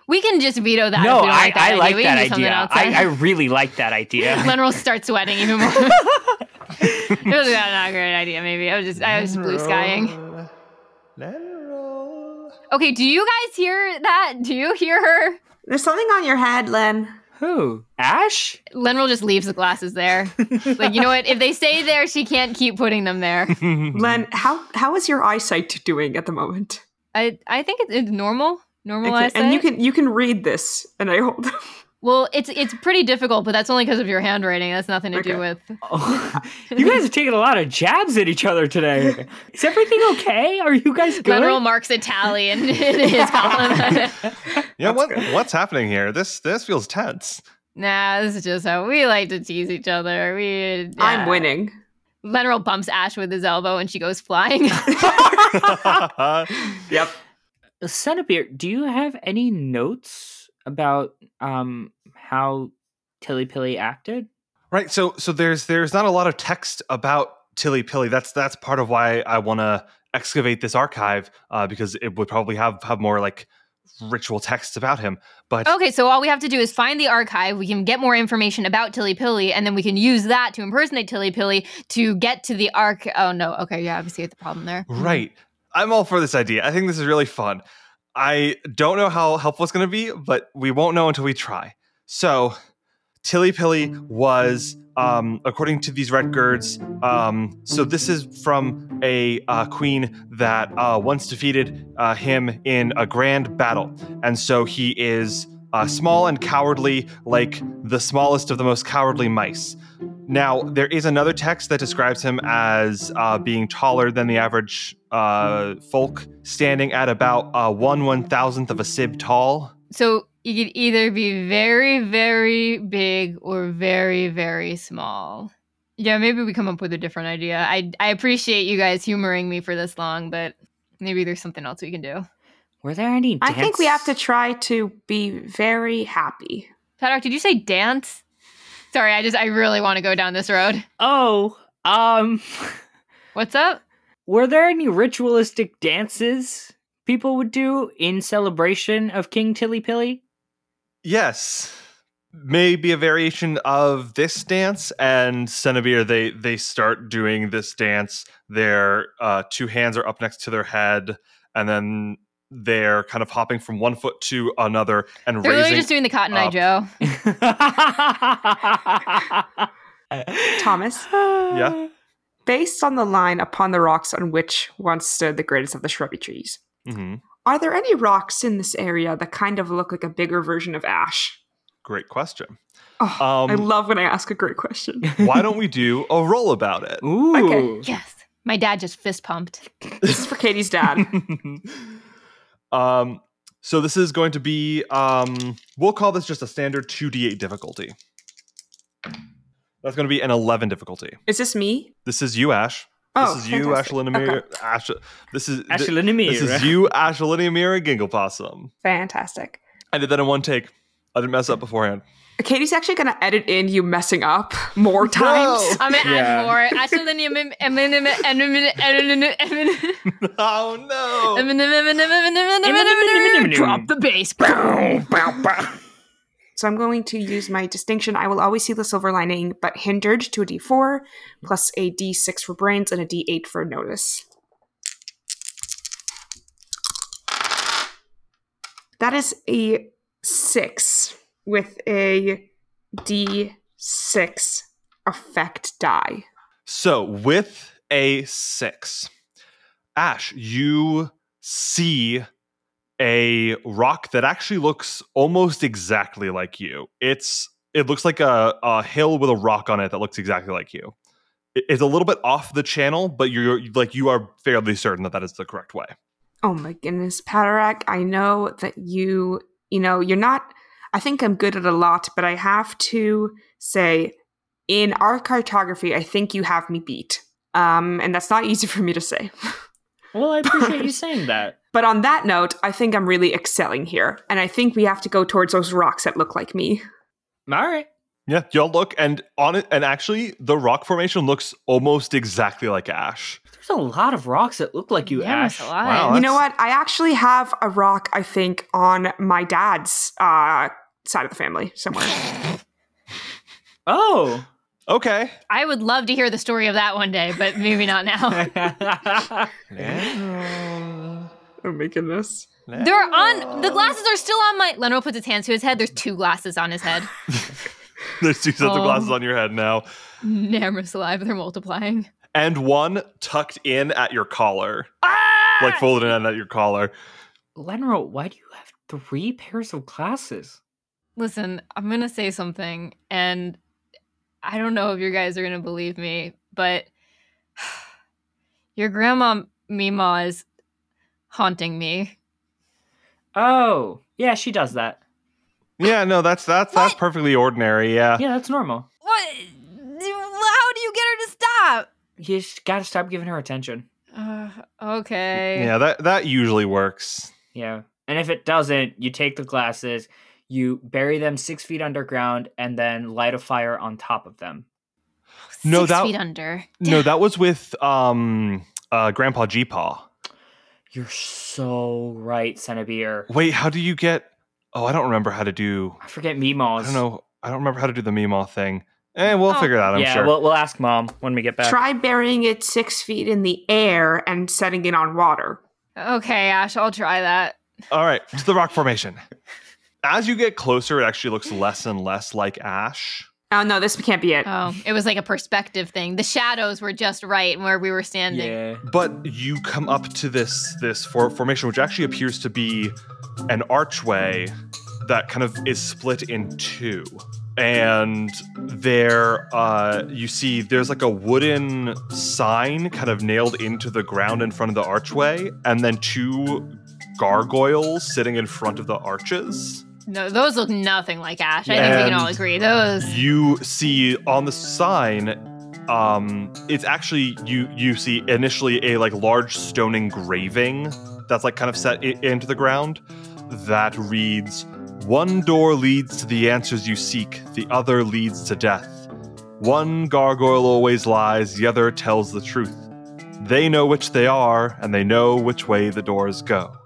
[SPEAKER 2] We can just veto that.
[SPEAKER 3] no,
[SPEAKER 2] if we don't
[SPEAKER 3] I,
[SPEAKER 2] like that
[SPEAKER 3] I like
[SPEAKER 2] We
[SPEAKER 3] that
[SPEAKER 2] can do something
[SPEAKER 3] idea. I, I
[SPEAKER 2] outside.
[SPEAKER 3] really like that idea.
[SPEAKER 2] Lenroll starts sweating even more. it was not, not a great idea. Maybe I was just I was just blue skying.
[SPEAKER 1] Lenroll.
[SPEAKER 2] Okay, do you guys hear that? Do you hear her?
[SPEAKER 4] There's something on your head, Len.
[SPEAKER 3] Who? Ash?
[SPEAKER 2] Lenroll just leaves the glasses there. like, you know what? If they stay there, she can't keep putting them there.
[SPEAKER 4] Len, how how is your eyesight doing at the moment?
[SPEAKER 2] I I think it's, it's normal. Normal
[SPEAKER 4] Okay,
[SPEAKER 2] eyesight.
[SPEAKER 4] and you can you can read this, and I hold.
[SPEAKER 2] well, it's it's pretty difficult, but that's only because of your handwriting. That's nothing to do
[SPEAKER 4] Okay.
[SPEAKER 2] with.
[SPEAKER 3] Oh, you guys are taking a lot of jabs at each other today. Is everything okay? Are you guys good?
[SPEAKER 2] Lenroll marks a tally in, in his column.
[SPEAKER 1] Yeah,
[SPEAKER 4] That's
[SPEAKER 1] what,
[SPEAKER 4] good.
[SPEAKER 1] what's happening here? This this feels tense.
[SPEAKER 2] nah, this is just how we like to tease each other. We.
[SPEAKER 4] I'm
[SPEAKER 2] yeah.
[SPEAKER 4] winning.
[SPEAKER 2] Lenroll bumps Ash with his elbow, and she goes flying.
[SPEAKER 4] Yep.
[SPEAKER 3] Uh, Centipede, do you have any notes about um how Tilly Pilly acted?
[SPEAKER 1] Right. So so there's there's not a lot of text about Tilly Pilly. That's that's part of why I want to excavate this archive uh, because it would probably have have more like ritual texts about him. But
[SPEAKER 4] Oh,
[SPEAKER 2] okay, so all we have to do is find the archive. We can get more information about Tilly Pilly, and then we can use that to impersonate Tilly Pilly to get to the arc. Oh no. Okay, yeah, obviously get the problem there.
[SPEAKER 1] right, I'm all for this idea. I think this is really fun. I don't know how helpful it's going to be, but we won't know until we try. So Tilly Pilly was, um, according to these red girds, um, so this is from a uh, queen that uh, once defeated uh, him in a grand battle. And so he is uh, small and cowardly, like the smallest of the most cowardly mice. Now, there is another text that describes him as uh, being taller than the average uh, folk, standing at about uh, one one thousandth of a sib tall.
[SPEAKER 2] So you could either be very, very big or very, very small. Yeah, maybe we come up with a different idea. I I appreciate you guys humoring me for this long, but maybe there's something else we can do.
[SPEAKER 3] Were there any
[SPEAKER 4] I think we have to
[SPEAKER 3] dance-
[SPEAKER 4] try to be very happy.
[SPEAKER 2] Paddock, did you say dance? Sorry, I just I really want to go down this road.
[SPEAKER 3] Oh, um
[SPEAKER 2] What's up?
[SPEAKER 3] were there any ritualistic dances people would do in celebration of King Tilly Pilly?
[SPEAKER 1] Yes. Maybe a variation of this dance and Cenobir, they they start doing this dance. Their uh, two hands are up next to their head, and then they're kind of hopping from one foot to another and
[SPEAKER 2] They're really
[SPEAKER 1] raising.
[SPEAKER 2] just doing the Cotton Eye
[SPEAKER 1] up.
[SPEAKER 2] Joe.
[SPEAKER 4] Thomas?
[SPEAKER 3] Yeah.
[SPEAKER 4] Based on the line upon the rocks on which once stood the greatest of the shrubby trees,
[SPEAKER 1] Mhm.
[SPEAKER 4] are there any rocks in this area that kind of look like a bigger version of ash?
[SPEAKER 1] Great question.
[SPEAKER 4] Oh, I
[SPEAKER 1] Um,
[SPEAKER 4] love when I ask a great question.
[SPEAKER 1] why don't we do a roll about it?
[SPEAKER 3] Ooh.
[SPEAKER 2] Yes. My dad just fist pumped.
[SPEAKER 4] this is for Katie's dad.
[SPEAKER 1] um, so this is going to be um, we'll call this just a standard 2d8 difficulty. That's going to be an 11 difficulty.
[SPEAKER 4] Is this me?
[SPEAKER 1] This is you, Ash.
[SPEAKER 4] Oh,
[SPEAKER 1] this is you,
[SPEAKER 4] fantastic.
[SPEAKER 1] Ashlyn Amir. Ash, this is thi-
[SPEAKER 3] Actually, let me.
[SPEAKER 1] this is you, Ashlyn Amir Gingle Possum.
[SPEAKER 4] Fantastic.
[SPEAKER 1] I did that in one take. I didn't mess up beforehand.
[SPEAKER 4] Katie's actually going to edit in you messing up more times.
[SPEAKER 2] I'm gonna add
[SPEAKER 5] Yeah.
[SPEAKER 2] more. Actually, then you- em- em- em- em- em- em- em- em- em-
[SPEAKER 1] oh no!
[SPEAKER 2] Drop the bass.
[SPEAKER 4] So I'm going to use my distinction. I will always see the silver lining, but hindered to a d4, plus a d6 for brains and a d8 for notice. That is a six. with a D6 effect die.
[SPEAKER 1] So with a six, Ash, you see a rock that actually looks almost exactly like you. It's it looks like a, a hill with a rock on it that looks exactly like you. It- It's a little bit off the channel, but you're like you are fairly certain that that is the correct way.
[SPEAKER 4] Oh my goodness, Patarak, I know that you, you know, you're not, I think I'm good at a lot, but I have to say, in our cartography, I think you have me beat. Um, and that's not easy for me to say.
[SPEAKER 5] Well, I appreciate you saying that.
[SPEAKER 4] But on that note, I think I'm really excelling here. And I think we have to go towards those rocks that look like me.
[SPEAKER 3] All right.
[SPEAKER 1] Yeah, y'all look and on it, and actually the rock formation looks almost exactly like Ash.
[SPEAKER 5] There's a lot of rocks that look like you,
[SPEAKER 2] Yeah,
[SPEAKER 5] Ash.
[SPEAKER 2] that's a lot.
[SPEAKER 1] Wow.
[SPEAKER 4] you know
[SPEAKER 1] that's-
[SPEAKER 4] what? I actually have a rock, I think, on my dad's uh, side of the family somewhere.
[SPEAKER 5] Oh.
[SPEAKER 1] Okay.
[SPEAKER 2] I would love to hear the story of that one day, but maybe not now.
[SPEAKER 4] oh my goodness.
[SPEAKER 2] They're on the glasses are still on my Lenore puts his hands to his head. There's two glasses on his head.
[SPEAKER 1] There's two sets of
[SPEAKER 2] Oh.
[SPEAKER 1] glasses on your head now,
[SPEAKER 2] Namra's saliva, they're multiplying.
[SPEAKER 1] and one tucked in at your collar,
[SPEAKER 2] Ah!
[SPEAKER 1] like folded in at your collar.
[SPEAKER 3] Lenro, why do you have three pairs of glasses?
[SPEAKER 2] Listen, I'm gonna say something, and I don't know if you guys are gonna believe me, but your grandma Mima is haunting me.
[SPEAKER 3] Oh, yeah, she does that.
[SPEAKER 1] Yeah, no, that's that's that's
[SPEAKER 2] What?
[SPEAKER 1] perfectly ordinary. Yeah.
[SPEAKER 3] Yeah, that's normal.
[SPEAKER 2] What? How do you get her to stop?
[SPEAKER 3] You just gotta stop giving her attention.
[SPEAKER 2] Uh, okay.
[SPEAKER 1] Yeah, that that usually works.
[SPEAKER 3] Yeah. And if it doesn't, you take the glasses, you bury them six feet underground, and then light a fire on top of them.
[SPEAKER 2] Six
[SPEAKER 1] No, that-
[SPEAKER 2] feet under.
[SPEAKER 1] No, that was with um uh Grandpa G Paw.
[SPEAKER 3] You're so right, Cenobir.
[SPEAKER 1] Wait, how do you get Oh, I don't remember how to do
[SPEAKER 3] I forget
[SPEAKER 1] I
[SPEAKER 3] Meemaw's.
[SPEAKER 1] don't know. I don't remember how to do the Meemaw thing. Eh, we'll
[SPEAKER 2] Oh.
[SPEAKER 1] figure that out, I'm
[SPEAKER 3] yeah,
[SPEAKER 1] sure.
[SPEAKER 3] we'll, we'll ask mom when we get back.
[SPEAKER 4] Try burying it six feet in the air and setting it on water.
[SPEAKER 2] Okay, Ash, I'll try that.
[SPEAKER 1] All right, to the rock formation. As you get closer, it actually looks less and less like ash.
[SPEAKER 4] Oh no, this can't be it.
[SPEAKER 2] Oh, it was like a perspective thing. The shadows were just right where we were standing.
[SPEAKER 5] Yeah.
[SPEAKER 1] But you come up to this this for- formation, which actually appears to be an archway that kind of is split in two. And there, uh, you see, there's like a wooden sign kind of nailed into the ground in front of the archway, and then two gargoyles sitting in front of the arches.
[SPEAKER 2] No, those look nothing like Ash. I think we can all
[SPEAKER 1] And-
[SPEAKER 2] agree. Those.
[SPEAKER 1] You see on the sign, um, it's actually you. You see initially a like large stone engraving that's like kind of set i- into the ground that reads, "One door leads to the answers you seek. The other leads to death. One gargoyle always lies. The other tells the truth. They know which they are, and they know which way the doors go."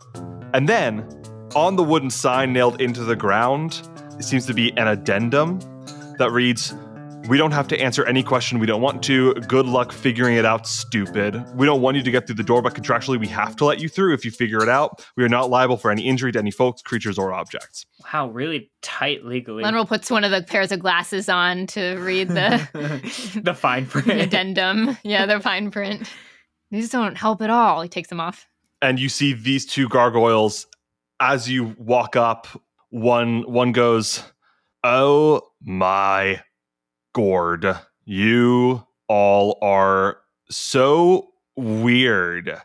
[SPEAKER 1] And then, on the wooden sign nailed into the ground, it seems to be an addendum that reads We don't have to answer any question we don't want to. Good luck figuring it out, stupid. We don't want you to get through the door, but contractually, we have to let you through if you figure it out. We are not liable for any injury to any folks, creatures, or objects.
[SPEAKER 5] Wow, really tight legally.
[SPEAKER 2] Lenroll puts one of the pairs of glasses on to read the
[SPEAKER 5] the fine print.
[SPEAKER 2] addendum. Yeah, they're fine print. These don't help at all. He takes them off.
[SPEAKER 1] And you see these two gargoyles as you walk up. One one goes, Oh my gourd. You all are so weird.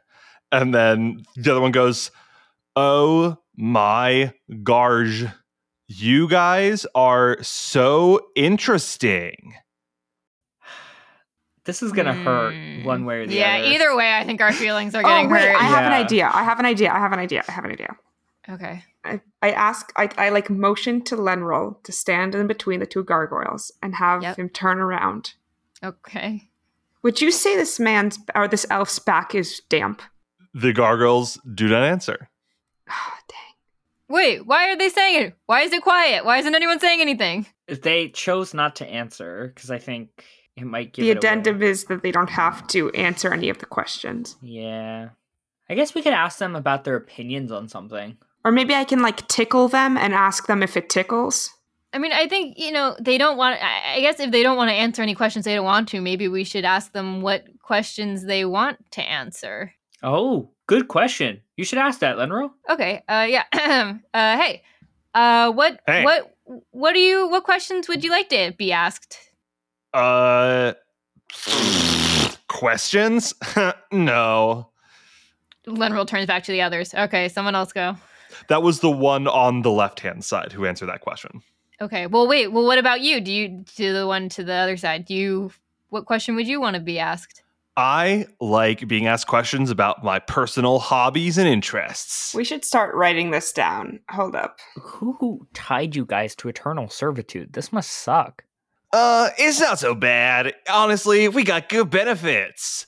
[SPEAKER 1] And then the other one goes, Oh my garge. You guys are so interesting.
[SPEAKER 5] This is gonna
[SPEAKER 2] Hmm.
[SPEAKER 5] hurt one way or the
[SPEAKER 2] yeah,
[SPEAKER 5] other.
[SPEAKER 2] either way, I think our feelings are
[SPEAKER 4] Oh
[SPEAKER 2] getting
[SPEAKER 4] wait,
[SPEAKER 2] hurt.
[SPEAKER 4] I have an
[SPEAKER 5] Yeah.
[SPEAKER 4] idea. I have an idea. I have an idea. I have an idea.
[SPEAKER 2] okay.
[SPEAKER 4] I, I ask I, I like motion to Lenroll to stand in between the two gargoyles and have
[SPEAKER 2] Yep.
[SPEAKER 4] him turn around.
[SPEAKER 2] Okay.
[SPEAKER 4] Would you say this man's or this elf's back is damp?
[SPEAKER 1] The gargoyles do not answer.
[SPEAKER 4] Oh, dang.
[SPEAKER 2] Wait, why are they saying it? Why is it quiet? Why isn't anyone saying anything?
[SPEAKER 5] they chose not to answer because I think it might give
[SPEAKER 4] The
[SPEAKER 5] it away.
[SPEAKER 4] addendum is that they don't have to answer any of the questions.
[SPEAKER 5] Yeah, I guess we could ask them about their opinions on something.
[SPEAKER 4] Or maybe I can like tickle them and ask them if it tickles.
[SPEAKER 2] I mean, I think you know they don't want. I I guess if they don't want to answer any questions they don't want to, maybe we should ask them what questions they want to answer.
[SPEAKER 3] Oh, good question. You should ask that, Lenro.
[SPEAKER 2] Okay. Uh, yeah. uh, hey. Uh, what?
[SPEAKER 1] Hey.
[SPEAKER 2] What? What do you? What questions would you like to be asked?
[SPEAKER 1] Uh, questions? no.
[SPEAKER 2] Lenroll turns back to the others. Okay, someone else go.
[SPEAKER 1] That was the one on the left hand side who answered that question.
[SPEAKER 2] Okay. Well, wait. Well, what about you? Do you do the one to the other side? Do you? What question would you want to be asked?
[SPEAKER 1] I like being asked questions about my personal hobbies and interests.
[SPEAKER 4] We should start writing this down. Hold up.
[SPEAKER 3] Who tied you guys to eternal servitude? This must suck.
[SPEAKER 1] Uh, it's not so bad. Honestly, we got good benefits.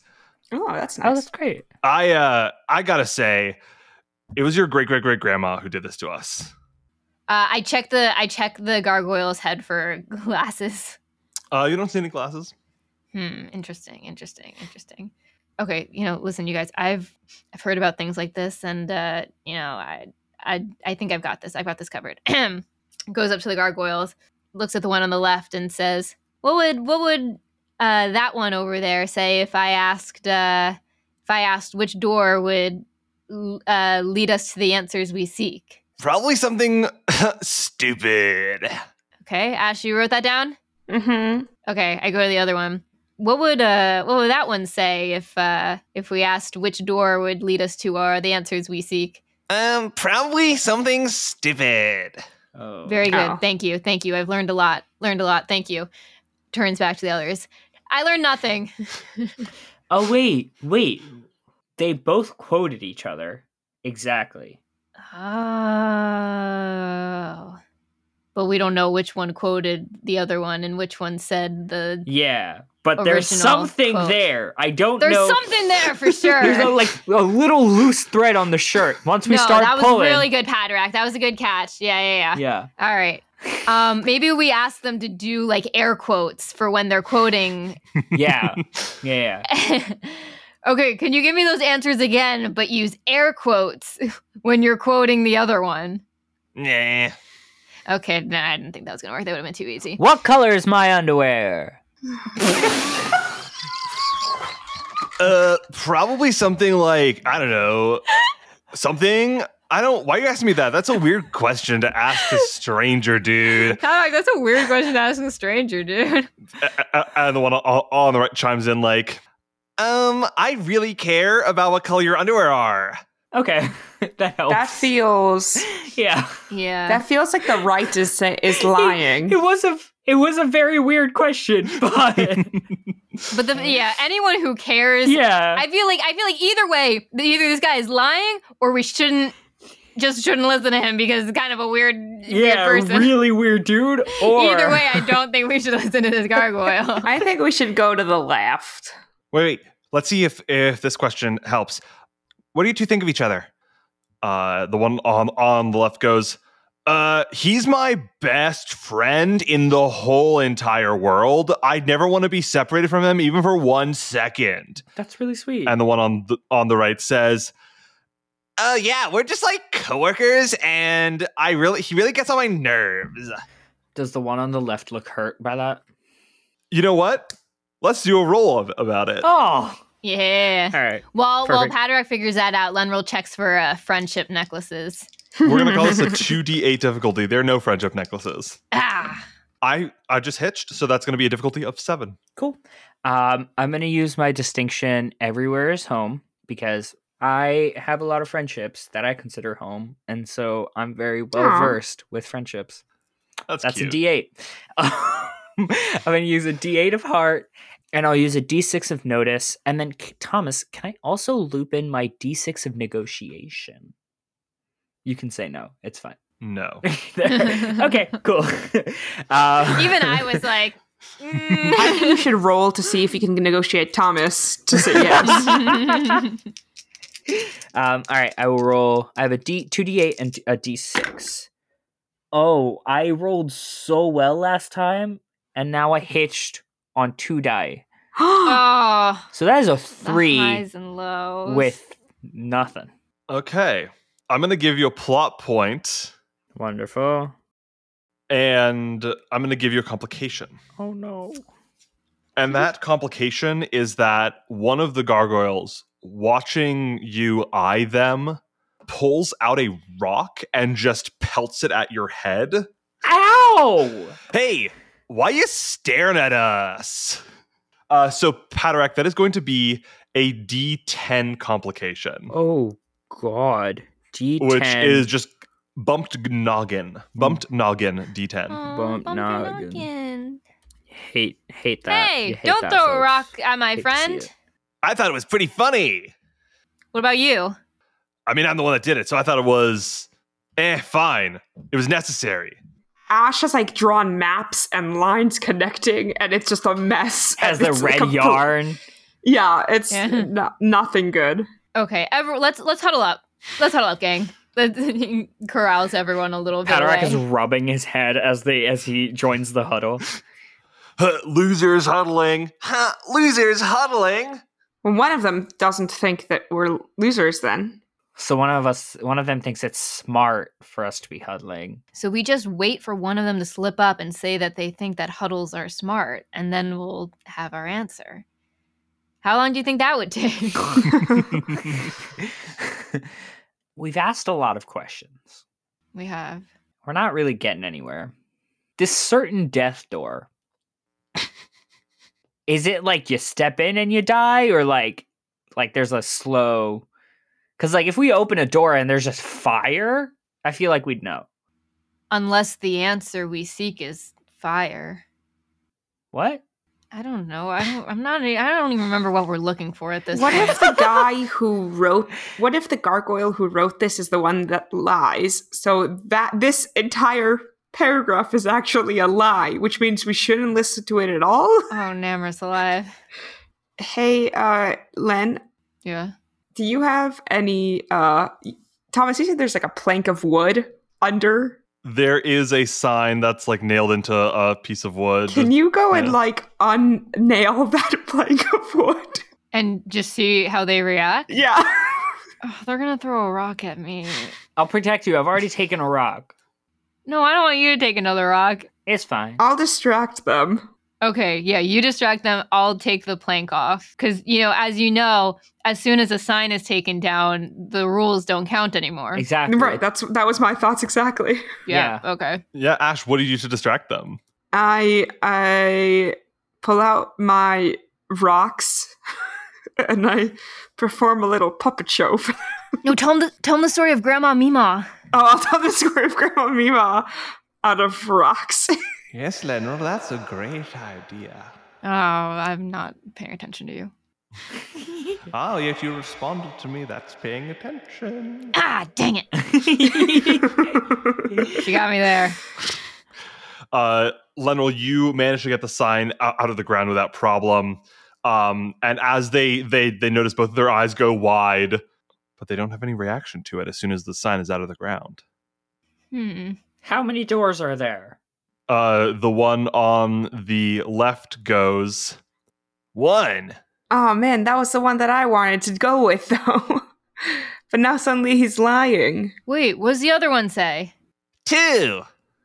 [SPEAKER 4] Oh, that's
[SPEAKER 3] Oh,
[SPEAKER 4] nice.
[SPEAKER 3] that's great.
[SPEAKER 1] I uh I gotta say, it was your great great great grandma who did this to us.
[SPEAKER 2] Uh, I check the I check the gargoyle's head for glasses.
[SPEAKER 1] Uh, you don't see any glasses.
[SPEAKER 2] Hmm. Interesting. Interesting. Interesting. Okay. You know, listen, you guys. I've I've heard about things like this, and uh, you know, I I I think I've got this. I've got this covered. Goes up to the gargoyles, looks at the one on the left, and says, "What would what would uh, that one over there say if I asked uh, if I asked which door would uh, lead us to the answers we seek?"
[SPEAKER 1] Probably something stupid.
[SPEAKER 2] Okay, Ash, you wrote that down.
[SPEAKER 4] Mm-hmm.
[SPEAKER 2] Okay, I go to the other one. What would uh what would that one say if uh if we asked which door would lead us to or the answers we seek?
[SPEAKER 1] Um, probably something stupid.
[SPEAKER 5] Oh.
[SPEAKER 2] Very good.
[SPEAKER 4] Oh.
[SPEAKER 2] Thank you. Thank you. I've learned a lot. Learned a lot. Thank you. Turns back to the others. I learned nothing.
[SPEAKER 3] Oh wait, wait. They both quoted each other. Exactly.
[SPEAKER 2] oh. But we don't know which one quoted the other one and which one said the
[SPEAKER 3] Yeah, but there's
[SPEAKER 2] Original
[SPEAKER 3] something
[SPEAKER 2] quote.
[SPEAKER 3] there. I don't
[SPEAKER 2] There's
[SPEAKER 3] know.
[SPEAKER 2] something there for sure.
[SPEAKER 3] There's a, like a little loose thread on the shirt. Once we
[SPEAKER 2] no,
[SPEAKER 3] start
[SPEAKER 2] that was
[SPEAKER 3] pulling,
[SPEAKER 2] really good, Padrack. That was a good catch. Yeah, yeah, yeah.
[SPEAKER 3] yeah.
[SPEAKER 2] All right. Um, maybe we ask them to do like air quotes for when they're quoting.
[SPEAKER 3] yeah, yeah, yeah.
[SPEAKER 2] okay, can you give me those answers again, but use air quotes when you're quoting the other one?
[SPEAKER 1] Nah.
[SPEAKER 2] Okay, no, I didn't think that was gonna work. That would have been too easy.
[SPEAKER 3] What color is my underwear?
[SPEAKER 1] Uh, probably something like I don't know, something. I don't. Why are you asking me that? That's a weird question to ask a stranger, dude.
[SPEAKER 2] Karak, that's a weird question to ask a stranger, dude.
[SPEAKER 1] A- a- Uh, And the one on- on the right chimes in like, um, I really care about what color your underwear are.
[SPEAKER 3] Okay, that helps.
[SPEAKER 4] That feels
[SPEAKER 3] yeah.
[SPEAKER 2] Yeah.
[SPEAKER 4] that feels like the right is say, is lying.
[SPEAKER 3] It was a it was a very weird question, but
[SPEAKER 2] but the, yeah, anyone who cares.
[SPEAKER 3] yeah.
[SPEAKER 2] I feel like I feel like either way, either this guy is lying or we shouldn't just shouldn't listen to him because it's kind of a weird, weird
[SPEAKER 3] yeah,
[SPEAKER 2] person.
[SPEAKER 3] really weird dude. Or
[SPEAKER 2] Either way, I don't think we should listen to this gargoyle.
[SPEAKER 4] I think we should go to the left.
[SPEAKER 1] Wait, wait. Let's see if if this question helps. What do you two think of each other? Uh, the one on on the left goes, uh, he's my best friend in the whole entire world. I never want to be separated from him even for one second.
[SPEAKER 3] that's really sweet.
[SPEAKER 1] And the one on the on the right says, uh, yeah, we're just like coworkers, and I really he really gets on my nerves.
[SPEAKER 3] Does the one on the left look hurt by that?
[SPEAKER 1] You know what? Let's do a roll of, about it.
[SPEAKER 3] Oh,
[SPEAKER 2] yeah.
[SPEAKER 3] all right.
[SPEAKER 2] While while
[SPEAKER 3] Perfect.
[SPEAKER 2] Paderak figures that out, Lenroll checks for uh, friendship necklaces.
[SPEAKER 1] We're gonna call this a two d eight difficulty. There are no friendship necklaces.
[SPEAKER 2] Ah.
[SPEAKER 1] I I just hitched, so that's going to be a difficulty of seven.
[SPEAKER 3] Cool. Um, I'm gonna use my distinction everywhere is home because I have a lot of friendships that I consider home, and so I'm very well versed with friendships.
[SPEAKER 1] That's,
[SPEAKER 3] That's
[SPEAKER 1] cute.
[SPEAKER 3] a D8. I'm going to use a D8 of heart and I'll use a D6 of notice. And then, K- Thomas, can I also loop in my D6 of negotiation? You can say no. It's fine.
[SPEAKER 1] No,
[SPEAKER 3] There. okay, cool. Um,
[SPEAKER 2] Even I was like,
[SPEAKER 4] I think you
[SPEAKER 2] mm.
[SPEAKER 4] should roll to see if you can negotiate Thomas to say yes.
[SPEAKER 3] Um, all right, I will roll. I have a D, two D8 and a D6. Oh, I rolled so well last time, and now I hitched on two die.
[SPEAKER 4] Uh,
[SPEAKER 2] oh,
[SPEAKER 3] So that is a
[SPEAKER 2] the
[SPEAKER 3] three.
[SPEAKER 2] highs and lows.
[SPEAKER 3] with nothing.
[SPEAKER 1] okay. I'm going to give you a plot point
[SPEAKER 3] Wonderful.
[SPEAKER 1] and I'm going to give you a complication.
[SPEAKER 3] Oh no.
[SPEAKER 1] And that complication is that one of the gargoyles watching you eye them pulls out a rock and just pelts it at your head.
[SPEAKER 3] Ow!
[SPEAKER 1] Hey, why you staring at us? Uh, so, Paterak, that is going to be a D10 complication,
[SPEAKER 3] Oh god. D10.
[SPEAKER 1] which is just bumped g- noggin, bumped
[SPEAKER 4] Mm.
[SPEAKER 1] noggin D10.
[SPEAKER 4] Oh.
[SPEAKER 2] Aw, bump
[SPEAKER 3] Bump
[SPEAKER 2] your
[SPEAKER 3] noggin.
[SPEAKER 2] Oh, noggin.
[SPEAKER 3] hate hate that.
[SPEAKER 2] hey,
[SPEAKER 3] You hate
[SPEAKER 2] don't
[SPEAKER 3] that,
[SPEAKER 2] throw a
[SPEAKER 3] folks.
[SPEAKER 2] rock at my
[SPEAKER 3] Hate to see
[SPEAKER 2] friend.
[SPEAKER 3] it.
[SPEAKER 1] I thought it was pretty funny.
[SPEAKER 2] What about you?
[SPEAKER 1] I mean, I'm the one that did it, so I thought it was eh, fine. It was necessary.
[SPEAKER 4] Ash has like drawn maps and lines connecting, and it's just a mess.
[SPEAKER 3] Has
[SPEAKER 4] And
[SPEAKER 3] the
[SPEAKER 4] it's
[SPEAKER 3] red
[SPEAKER 4] complete-
[SPEAKER 3] yarn.
[SPEAKER 4] Yeah, it's
[SPEAKER 2] Yeah.
[SPEAKER 4] no- nothing good.
[SPEAKER 2] Okay, ever let's let's huddle up. Let's huddle up, gang. Let's corrals everyone a little bit.
[SPEAKER 3] Paterak
[SPEAKER 2] away.
[SPEAKER 3] is
[SPEAKER 5] rubbing his head as they as he joins the huddle.
[SPEAKER 1] Huh, losers huddling. Huh, losers huddling.
[SPEAKER 4] Well, one of them doesn't think that we're losers. Then
[SPEAKER 3] So one of us one of them thinks it's smart for us to be huddling.
[SPEAKER 2] So we just wait for one of them to slip up and say that they think that huddles are smart, and then we'll have our answer. How long do you think that would take?
[SPEAKER 3] We've asked a lot of questions.
[SPEAKER 2] we have.
[SPEAKER 3] We're not really getting anywhere. This certain death door. is it like you step in and you die or like like there's a slow cuz like if we open a door and there's just fire, I feel like we'd know.
[SPEAKER 2] Unless the answer we seek is fire.
[SPEAKER 3] What?
[SPEAKER 2] I don't know. I don't I'm not e, I don't even remember what we're looking for at this
[SPEAKER 4] what
[SPEAKER 2] point.
[SPEAKER 4] if the guy who wrote? What if the gargoyle who wrote this is the one that lies? So that this entire paragraph is actually a lie, which means we shouldn't listen to it at all.
[SPEAKER 2] Oh, Namor's alive.
[SPEAKER 4] Hey, uh, Len,
[SPEAKER 2] Yeah.
[SPEAKER 4] do you have any? uh Thomas, you said there's like a plank of wood under
[SPEAKER 1] There is a sign that's like nailed into a piece of wood.
[SPEAKER 4] Can you go and
[SPEAKER 1] Yeah.
[SPEAKER 4] like unnail that plank of wood?
[SPEAKER 2] And just see how they react.
[SPEAKER 4] Yeah.
[SPEAKER 2] Oh, they're gonna throw a rock at me.
[SPEAKER 3] I'll protect you. I've already taken a rock.
[SPEAKER 2] No, I don't want you to take another rock.
[SPEAKER 3] It's fine.
[SPEAKER 4] I'll distract them.
[SPEAKER 2] Okay, yeah, you distract them. I'll take the plank off. Because, you know, as you know, as soon as a sign is taken down, the rules don't count anymore.
[SPEAKER 3] Exactly.
[SPEAKER 4] Right, that's that was my thoughts exactly.
[SPEAKER 2] Yeah, okay.
[SPEAKER 1] yeah, Ash, what do you do to distract them?
[SPEAKER 4] I I pull out my rocks and I perform a little puppet show. For
[SPEAKER 2] No, tell them, the, tell them the story of Grandma Mima.
[SPEAKER 4] oh, I'll tell the story of Grandma Mima out of rocks.
[SPEAKER 6] Yes, Lenore, that's a great idea.
[SPEAKER 2] Oh, I'm not paying attention to you.
[SPEAKER 6] Ah, yet you responded to me. That's paying attention.
[SPEAKER 2] Ah, dang it. She got me there.
[SPEAKER 1] Uh, Lenore, you manage to get the sign o- out of the ground without problem. Um, and as they they they notice both of their eyes go wide, but they don't have any reaction to it as soon as the sign is out of the ground.
[SPEAKER 2] Hmm.
[SPEAKER 3] How many doors are there?
[SPEAKER 1] Uh, the one on the left goes one.
[SPEAKER 4] oh man, that was the one that I wanted to go with though. but now suddenly he's lying.
[SPEAKER 2] Wait, what does the other one say?
[SPEAKER 1] two.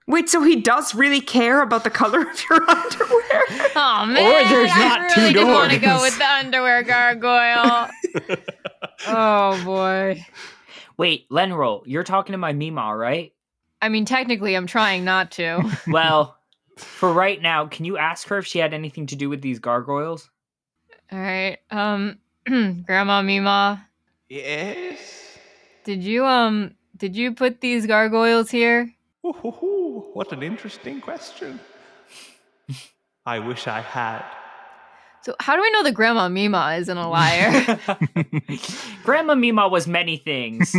[SPEAKER 4] Wait, so he does really care about the color of your underwear?
[SPEAKER 2] Oh, man.
[SPEAKER 3] there's
[SPEAKER 2] I
[SPEAKER 3] not two
[SPEAKER 2] really didn't want to go
[SPEAKER 3] doors.
[SPEAKER 2] with the underwear gargoyle. oh, boy.
[SPEAKER 3] Wait, Lenroll, you're talking to my Mima, right?
[SPEAKER 2] I mean, technically, I'm trying not to.
[SPEAKER 3] Well, for right now, can you ask her if she had anything to do with these gargoyles?
[SPEAKER 2] All right. Um, Grandma Mima,
[SPEAKER 6] Yes?
[SPEAKER 2] did you um did you put these gargoyles here?
[SPEAKER 6] Ooh, hoo, hoo. what an interesting question. I wish I had.
[SPEAKER 2] So how do we know that Grandma Mima isn't a liar?
[SPEAKER 3] Grandma Mima was many things.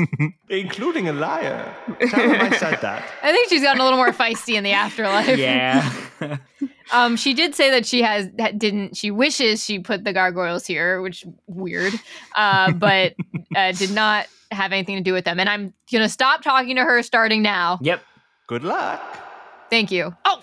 [SPEAKER 6] Including a liar. Tell him I said that.
[SPEAKER 2] I think she's gotten a little more feisty in the afterlife.
[SPEAKER 3] yeah.
[SPEAKER 2] Um, she did say that she has that didn't she wishes she put the gargoyles here, which weird. Uh, but uh, did not have anything to do with them. And I'm gonna stop talking to her starting now.
[SPEAKER 3] yep.
[SPEAKER 6] Good luck.
[SPEAKER 2] Thank you. Oh,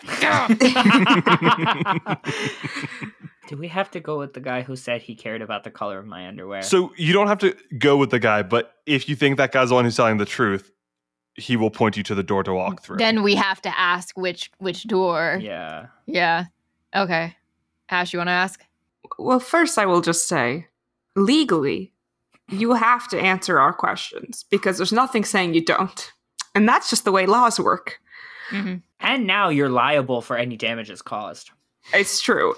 [SPEAKER 3] do we have to go with the guy who said he cared about the color of my underwear?
[SPEAKER 1] So you don't have to go with the guy, but if you think that guy's the one who's telling the truth, he will point you to the door to walk through.
[SPEAKER 2] Then we have to ask which which door.
[SPEAKER 5] Yeah.
[SPEAKER 2] Yeah. Okay. Ash, you want to ask?
[SPEAKER 4] Well, first, I will just say legally, you have to answer our questions because there's nothing saying you don't. And that's just the way laws work.
[SPEAKER 3] And now you're liable for any damages caused.
[SPEAKER 4] It's true.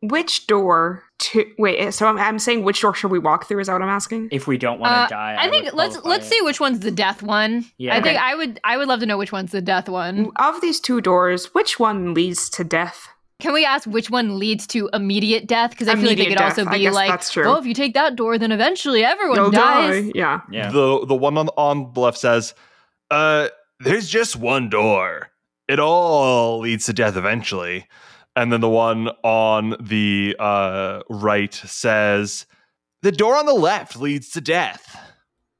[SPEAKER 4] Which door to wait? So I'm, I'm saying which door should we walk through? Is that what I'm asking?
[SPEAKER 3] If we don't want to
[SPEAKER 2] Uh,
[SPEAKER 3] die,
[SPEAKER 2] I think
[SPEAKER 3] would
[SPEAKER 2] let's
[SPEAKER 3] qualify
[SPEAKER 2] let's
[SPEAKER 3] it.
[SPEAKER 2] see which one's the death one.
[SPEAKER 3] Yeah.
[SPEAKER 2] I think I would I would love to know which one's the death one.
[SPEAKER 4] Of these two doors, which one leads to death?
[SPEAKER 2] Can we ask which one leads to immediate death? Because I feel like it could
[SPEAKER 4] Immediate death.
[SPEAKER 2] also
[SPEAKER 4] I
[SPEAKER 2] be
[SPEAKER 4] guess
[SPEAKER 2] like,
[SPEAKER 4] that's true.
[SPEAKER 2] well, if you take that door, then eventually everyone
[SPEAKER 4] You'll
[SPEAKER 2] dies.
[SPEAKER 4] die. Yeah.
[SPEAKER 5] Yeah.
[SPEAKER 1] The the one on the, on the left says, "Uh, there's just one door. It all leads to death eventually." And then the one on the uh, right says, "The door on the left leads to death."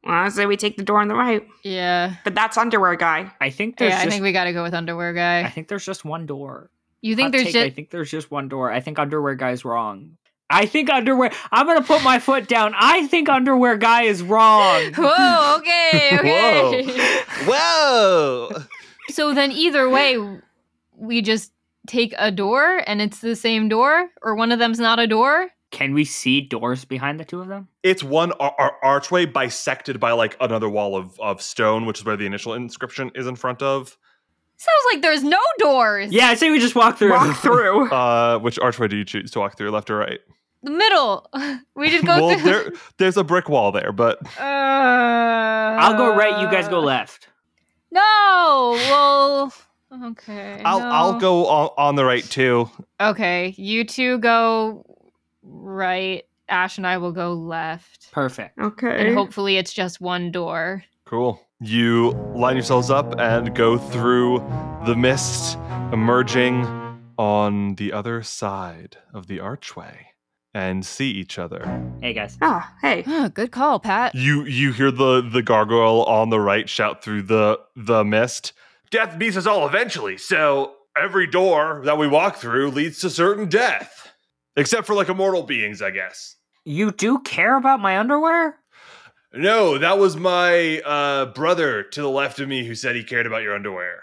[SPEAKER 4] Well, I say we take the door on the right,
[SPEAKER 2] Yeah.
[SPEAKER 4] but that's underwear guy.
[SPEAKER 3] I think
[SPEAKER 2] Yeah,
[SPEAKER 3] there's just,
[SPEAKER 2] I think we got to go with underwear
[SPEAKER 3] I
[SPEAKER 2] guy.
[SPEAKER 3] think there's just one door.
[SPEAKER 2] You think
[SPEAKER 3] Hot
[SPEAKER 2] there's
[SPEAKER 3] take, I
[SPEAKER 2] just
[SPEAKER 3] think there's just one door. I think underwear guy's wrong. I think underwear. I'm gonna put my foot down. I think underwear guy is wrong.
[SPEAKER 2] whoa, okay, okay.
[SPEAKER 1] Whoa!
[SPEAKER 2] so then either way, we just take a door and it's the same door, or one of them's not a door.
[SPEAKER 3] Can we see doors behind the two of them?
[SPEAKER 1] it's one ar- ar- archway bisected by like another wall of of stone, which is where the initial inscription is in front of.
[SPEAKER 2] Sounds like there's no doors.
[SPEAKER 3] Yeah, I say we just walk through.
[SPEAKER 4] Walk through.
[SPEAKER 1] Uh, which archway do you choose to walk through, left or right?
[SPEAKER 2] The middle. We just go
[SPEAKER 1] well,
[SPEAKER 2] through.
[SPEAKER 1] there, there's a brick wall there, but
[SPEAKER 2] I'll
[SPEAKER 3] I'll go right. You guys go left.
[SPEAKER 2] Uh, No. Well. Okay.
[SPEAKER 1] I'll I'll
[SPEAKER 2] no.
[SPEAKER 1] go on, on the right too.
[SPEAKER 2] Okay, you two go right. Ash and I will go left,
[SPEAKER 3] Perfect.
[SPEAKER 4] Okay.
[SPEAKER 2] and hopefully it's just one door.
[SPEAKER 1] Cool. You line yourselves up and go through the mist, emerging on the other side of the archway, and see each other.
[SPEAKER 3] Hey guys.
[SPEAKER 4] ah, hey.
[SPEAKER 2] Good call, Pat.
[SPEAKER 1] You you hear the the gargoyle on the right shout through the the mist. Death meets us all eventually, so every door that we walk through leads to certain death. Except for like immortal beings, I guess.
[SPEAKER 3] You do care about my underwear?
[SPEAKER 1] No, that was my uh, brother to the left of me who said he cared about your underwear.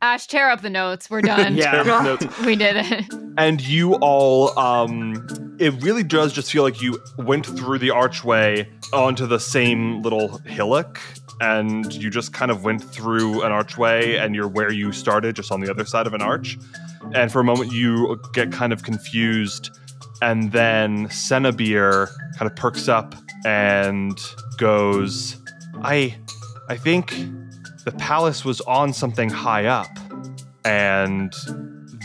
[SPEAKER 2] Ash, tear up the notes. We're done.
[SPEAKER 3] Yeah.
[SPEAKER 1] Terrible notes.
[SPEAKER 2] we did it.
[SPEAKER 1] and you all um it really does just feel like you went through the archway onto the same little hillock and you just kind of went through an archway and you're where you started just on the other side of an arch and for a moment you get kind of confused and then Cenobir kind of perks up and goes i i think the palace was on something high up and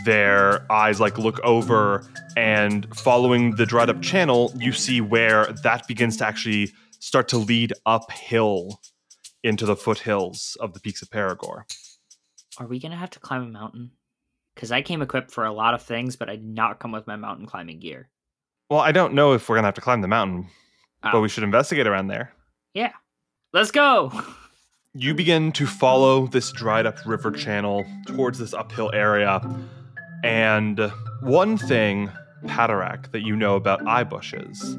[SPEAKER 1] their eyes like look over and following the dried up channel you see where that begins to actually start to lead uphill into the foothills of the peaks of Paragor.
[SPEAKER 3] Are we gonna have to climb a mountain? Because I came equipped for a lot of things, but I did not come with my mountain climbing gear.
[SPEAKER 1] Well, I don't know if we're gonna have to climb the mountain, but
[SPEAKER 3] Oh.
[SPEAKER 1] we should investigate around there.
[SPEAKER 3] Let's go.
[SPEAKER 1] You begin to follow this dried up river channel towards this uphill area. And one thing, Patarak, that you know about eye bushes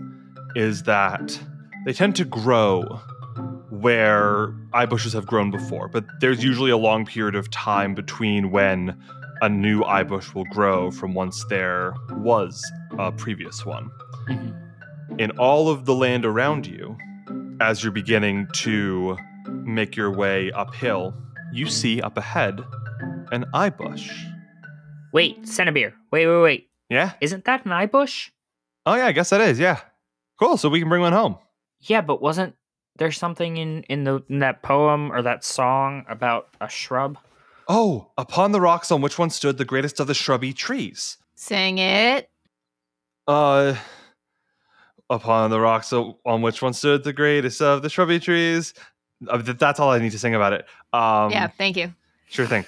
[SPEAKER 1] is that they tend to grow where eye bushes have grown before, but there's usually a long period of time between when a new eye bush will grow from once there was a previous one in all of the land around you, as you're beginning to make your way uphill, you see up ahead an eye bush.
[SPEAKER 3] Wait, Cenobir. Wait, wait, wait.
[SPEAKER 1] Yeah?
[SPEAKER 3] Isn't that an eye bush?
[SPEAKER 1] Oh, yeah, I guess that is. Yeah. Cool. So we can bring one home.
[SPEAKER 3] Yeah, but wasn't there something in in the in that poem or that song about a shrub?
[SPEAKER 1] Oh, upon the rocks on which once stood the greatest of the shrubby trees.
[SPEAKER 2] Sing it.
[SPEAKER 1] Uh, upon the rocks o- on which once stood the greatest of the shrubby trees. Uh, th- That's all I need to sing about it. Um,
[SPEAKER 2] yeah. Thank you.
[SPEAKER 1] Sure thing.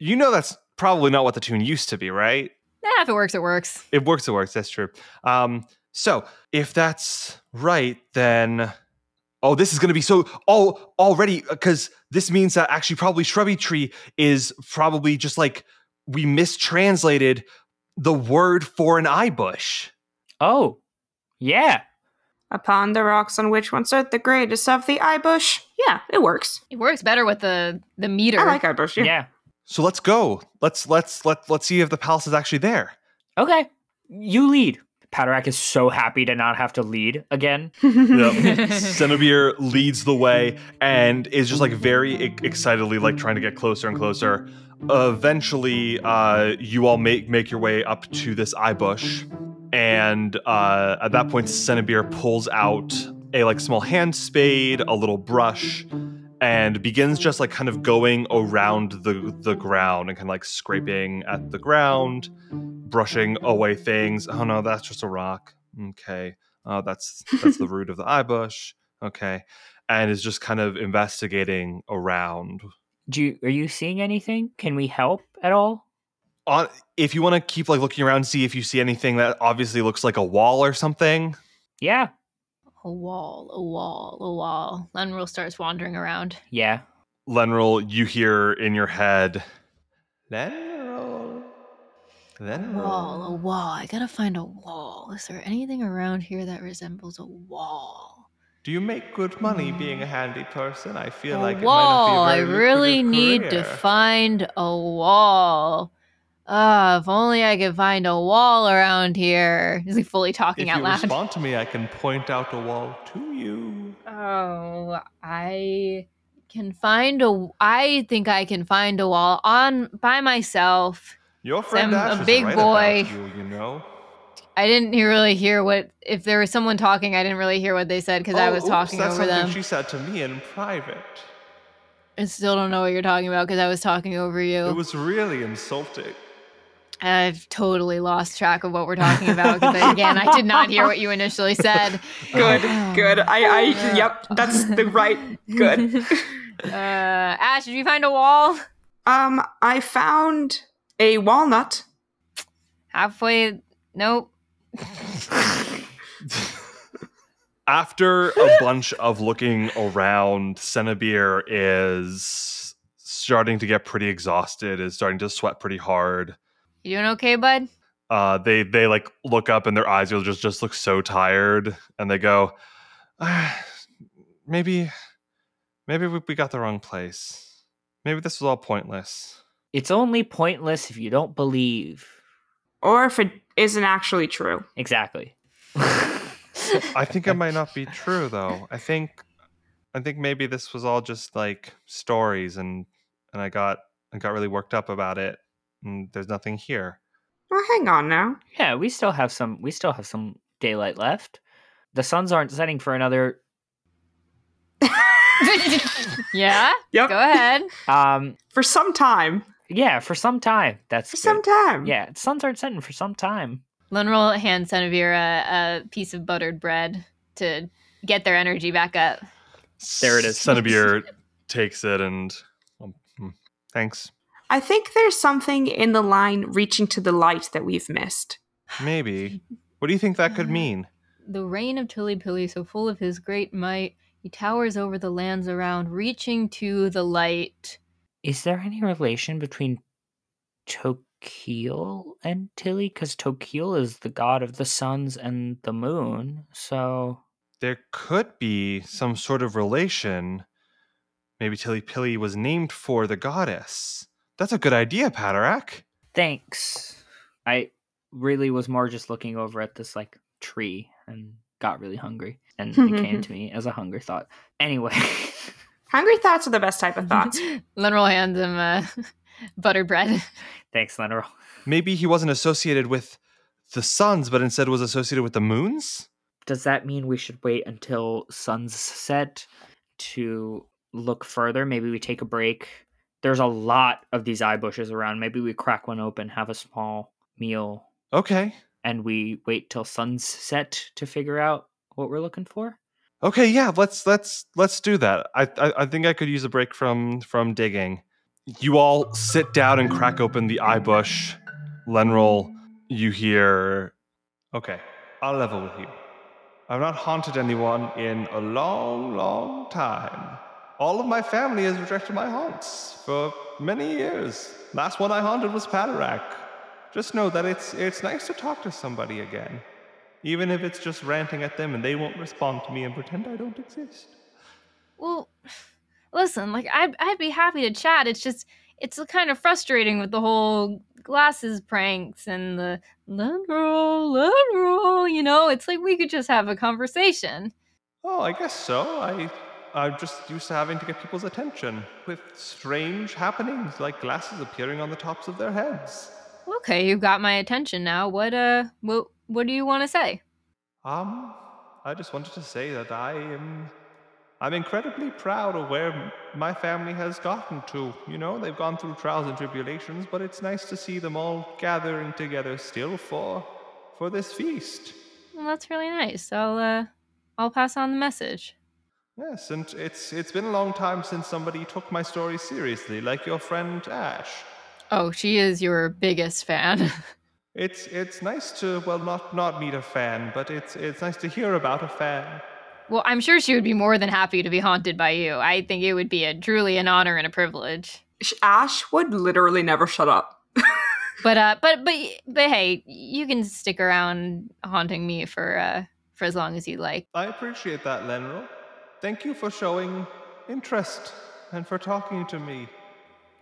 [SPEAKER 1] You know that's probably not what the tune used to be, right?
[SPEAKER 2] Nah, if it works, it works.
[SPEAKER 1] It works, it works. That's true. Um, so if that's right, then oh, this is going to be so oh already because this means that actually probably shrubby tree is probably just like we mistranslated the word for an eye bush.
[SPEAKER 3] Oh, yeah.
[SPEAKER 4] upon the rocks on which once stood the greatest of the eye bush. Yeah, it works.
[SPEAKER 2] It works better with the the meter.
[SPEAKER 4] I like eye bush. Yeah.
[SPEAKER 3] Yeah.
[SPEAKER 1] So let's go. Let's let's let let's see if the palace is actually there.
[SPEAKER 3] Okay. You lead. Patarak is so happy to not have to lead again.
[SPEAKER 1] Cenobir leads the way and is just like very e- excitedly like trying to get closer and closer. eventually, uh, you all make make your way up to this eye bush, and uh, at that point, Cenobir pulls out a like small hand spade, a little brush, and begins just like kind of going around the the ground and kind of like scraping at the ground, brushing away things. Oh no, that's just a rock. Okay. Oh, that's that's the root of the eye bush. Okay. And is just kind of investigating around.
[SPEAKER 3] Do you, are you seeing anything? Can we help at all?
[SPEAKER 1] On if you want to keep like looking around, see if you see anything that obviously looks like a wall or something.
[SPEAKER 3] Yeah.
[SPEAKER 2] a wall, a wall, a wall. Lenril starts wandering around.
[SPEAKER 3] Yeah.
[SPEAKER 1] Lenril, you hear in your head.
[SPEAKER 6] Lenroll.
[SPEAKER 2] Wall,
[SPEAKER 6] Lenroll.
[SPEAKER 2] a wall. I gotta find a wall. Is there anything around here that resembles a wall?
[SPEAKER 6] Do you make good money being a handy person? I feel
[SPEAKER 2] a
[SPEAKER 6] like it
[SPEAKER 2] wall.
[SPEAKER 6] might not
[SPEAKER 2] I
[SPEAKER 6] be a very
[SPEAKER 2] really
[SPEAKER 6] lucrative
[SPEAKER 2] need to
[SPEAKER 6] career.
[SPEAKER 2] find a wall. Ah, if only I could find a wall around here. He's like fully talking
[SPEAKER 6] If
[SPEAKER 2] out
[SPEAKER 6] you
[SPEAKER 2] loud.
[SPEAKER 6] respond to me, I can point out a wall to you.
[SPEAKER 2] Oh, I can find a. I think I can find a wall on by myself.
[SPEAKER 6] Your friend
[SPEAKER 2] I'm a
[SPEAKER 6] Ash is
[SPEAKER 2] big
[SPEAKER 6] right
[SPEAKER 2] boy.
[SPEAKER 6] about you, you know.
[SPEAKER 2] I didn't he- really hear what if there was someone talking. I didn't really hear what they said because I
[SPEAKER 6] Oh,
[SPEAKER 2] was
[SPEAKER 6] oops,
[SPEAKER 2] talking
[SPEAKER 6] that's
[SPEAKER 2] over
[SPEAKER 6] something
[SPEAKER 2] them.
[SPEAKER 6] She said to me in private.
[SPEAKER 2] I still don't know what you're talking about because I was talking over
[SPEAKER 6] It
[SPEAKER 2] you.
[SPEAKER 6] was really insulting.
[SPEAKER 2] I've totally lost track of what we're talking about because again, I did not hear what you initially said.
[SPEAKER 4] Good, good. I, I,
[SPEAKER 2] Yeah.
[SPEAKER 4] yep, that's the right. Good.
[SPEAKER 2] Uh, Ash, did you find a wall
[SPEAKER 4] Um, I found a walnut.
[SPEAKER 2] halfway? Nope.
[SPEAKER 1] After a bunch of looking around, Cenobir is starting to get pretty exhausted, is starting to sweat pretty hard.
[SPEAKER 2] You doing okay, bud?
[SPEAKER 1] uh, they they like look up and their eyes will just just look so tired and they go "Ah, maybe maybe we, we got the wrong place maybe this was all pointless
[SPEAKER 3] It's only pointless if you don't believe.
[SPEAKER 4] Or if it isn't actually true.
[SPEAKER 3] Exactly.
[SPEAKER 1] i think it might not be true though i think i think maybe this was all just like stories and and i got i got really worked up about it and there's nothing here
[SPEAKER 4] Well, hang on now.
[SPEAKER 3] Yeah, we still have some we still have some daylight left. The suns aren't setting for another
[SPEAKER 2] yeah.
[SPEAKER 4] Yep.
[SPEAKER 2] Go ahead.
[SPEAKER 3] um
[SPEAKER 4] For some time.
[SPEAKER 3] yeah, for some time. That's
[SPEAKER 4] For
[SPEAKER 3] good.
[SPEAKER 4] some time.
[SPEAKER 3] Yeah, the suns aren't setting for some time.
[SPEAKER 2] Lunroll hands Senevere a, a piece of buttered bread to get their energy back up.
[SPEAKER 5] There it is.
[SPEAKER 1] Cenobir takes it and um, hmm, thanks
[SPEAKER 4] I think there's something in the line reaching to the light that we've missed.
[SPEAKER 1] maybe what do you think that
[SPEAKER 5] Uh-huh.
[SPEAKER 1] could mean
[SPEAKER 2] The reign of Tillypilly, so full of his great might, he towers over the lands around, reaching to the light.
[SPEAKER 3] Is there any relation between Tokiel and Tilly? Because Tokiel is the god of the suns and the moon, so
[SPEAKER 1] there could be some sort of relation. Maybe Tillypilly was named for the goddess. That's a good idea, Patarak.
[SPEAKER 3] thanks. I really was more just looking over at this like tree and got really hungry. And it came to me as a hunger thought. Anyway.
[SPEAKER 4] Hungry thoughts are the best type of thoughts.
[SPEAKER 2] Lunroll hands him uh, buttered bread.
[SPEAKER 3] Thanks, Lenorol.
[SPEAKER 1] Maybe he wasn't associated with the suns, but instead was associated with the moons?
[SPEAKER 3] Does that mean we should wait until sunset to look further? Maybe we take a break. There's a lot of these eye bushes around. Maybe we crack one open, have a small meal,
[SPEAKER 1] Okay.
[SPEAKER 3] and we wait till sunset to figure out what we're looking for.
[SPEAKER 1] Okay, yeah, let's let's let's do that. I, I I think I could use a break from from digging. You all sit down and crack open the eye bush. Lenroll, you hear
[SPEAKER 6] Okay, I'll level with you. I've not haunted anyone in a long, long time. All of my family has rejected my haunts for many years. Last one I haunted was Patarak. Just know that it's it's nice to talk to somebody again. even if it's just ranting at them and they won't respond to me and pretend I don't exist.
[SPEAKER 2] Well, listen, like I'd, I'd be happy to chat. It's just it's kind of frustrating with the whole glasses pranks and the let roll, let roll. You know, it's like we could just have a conversation.
[SPEAKER 6] Oh, I guess so. I I'm just used to having to get people's attention with strange happenings like glasses appearing on the tops of their heads.
[SPEAKER 2] Okay, you got my attention now. What uh, what what do you want to say?
[SPEAKER 6] Um, I just wanted to say that I am I'm incredibly proud of where m- my family has gotten to. You know, they've gone through trials and tribulations, but it's nice to see them all gathering together still for for this feast.
[SPEAKER 2] Well, that's really nice. I'll uh, I'll pass on the message.
[SPEAKER 6] Yes, and it's it's been a long time since somebody took my story seriously, like your friend Ash.
[SPEAKER 2] Oh, she is your biggest fan.
[SPEAKER 6] It's it's nice to well not not meet a fan, but it's it's nice to hear about a fan.
[SPEAKER 2] well, I'm sure she would be more than happy to be haunted by you. I think it would be a truly an honor and a privilege.
[SPEAKER 4] Sh- Ash would literally never shut up.
[SPEAKER 2] But uh, but but but hey, you can stick around haunting me for uh for as long as you like.
[SPEAKER 6] I appreciate that, Lenril. Thank you for showing interest and for talking to me.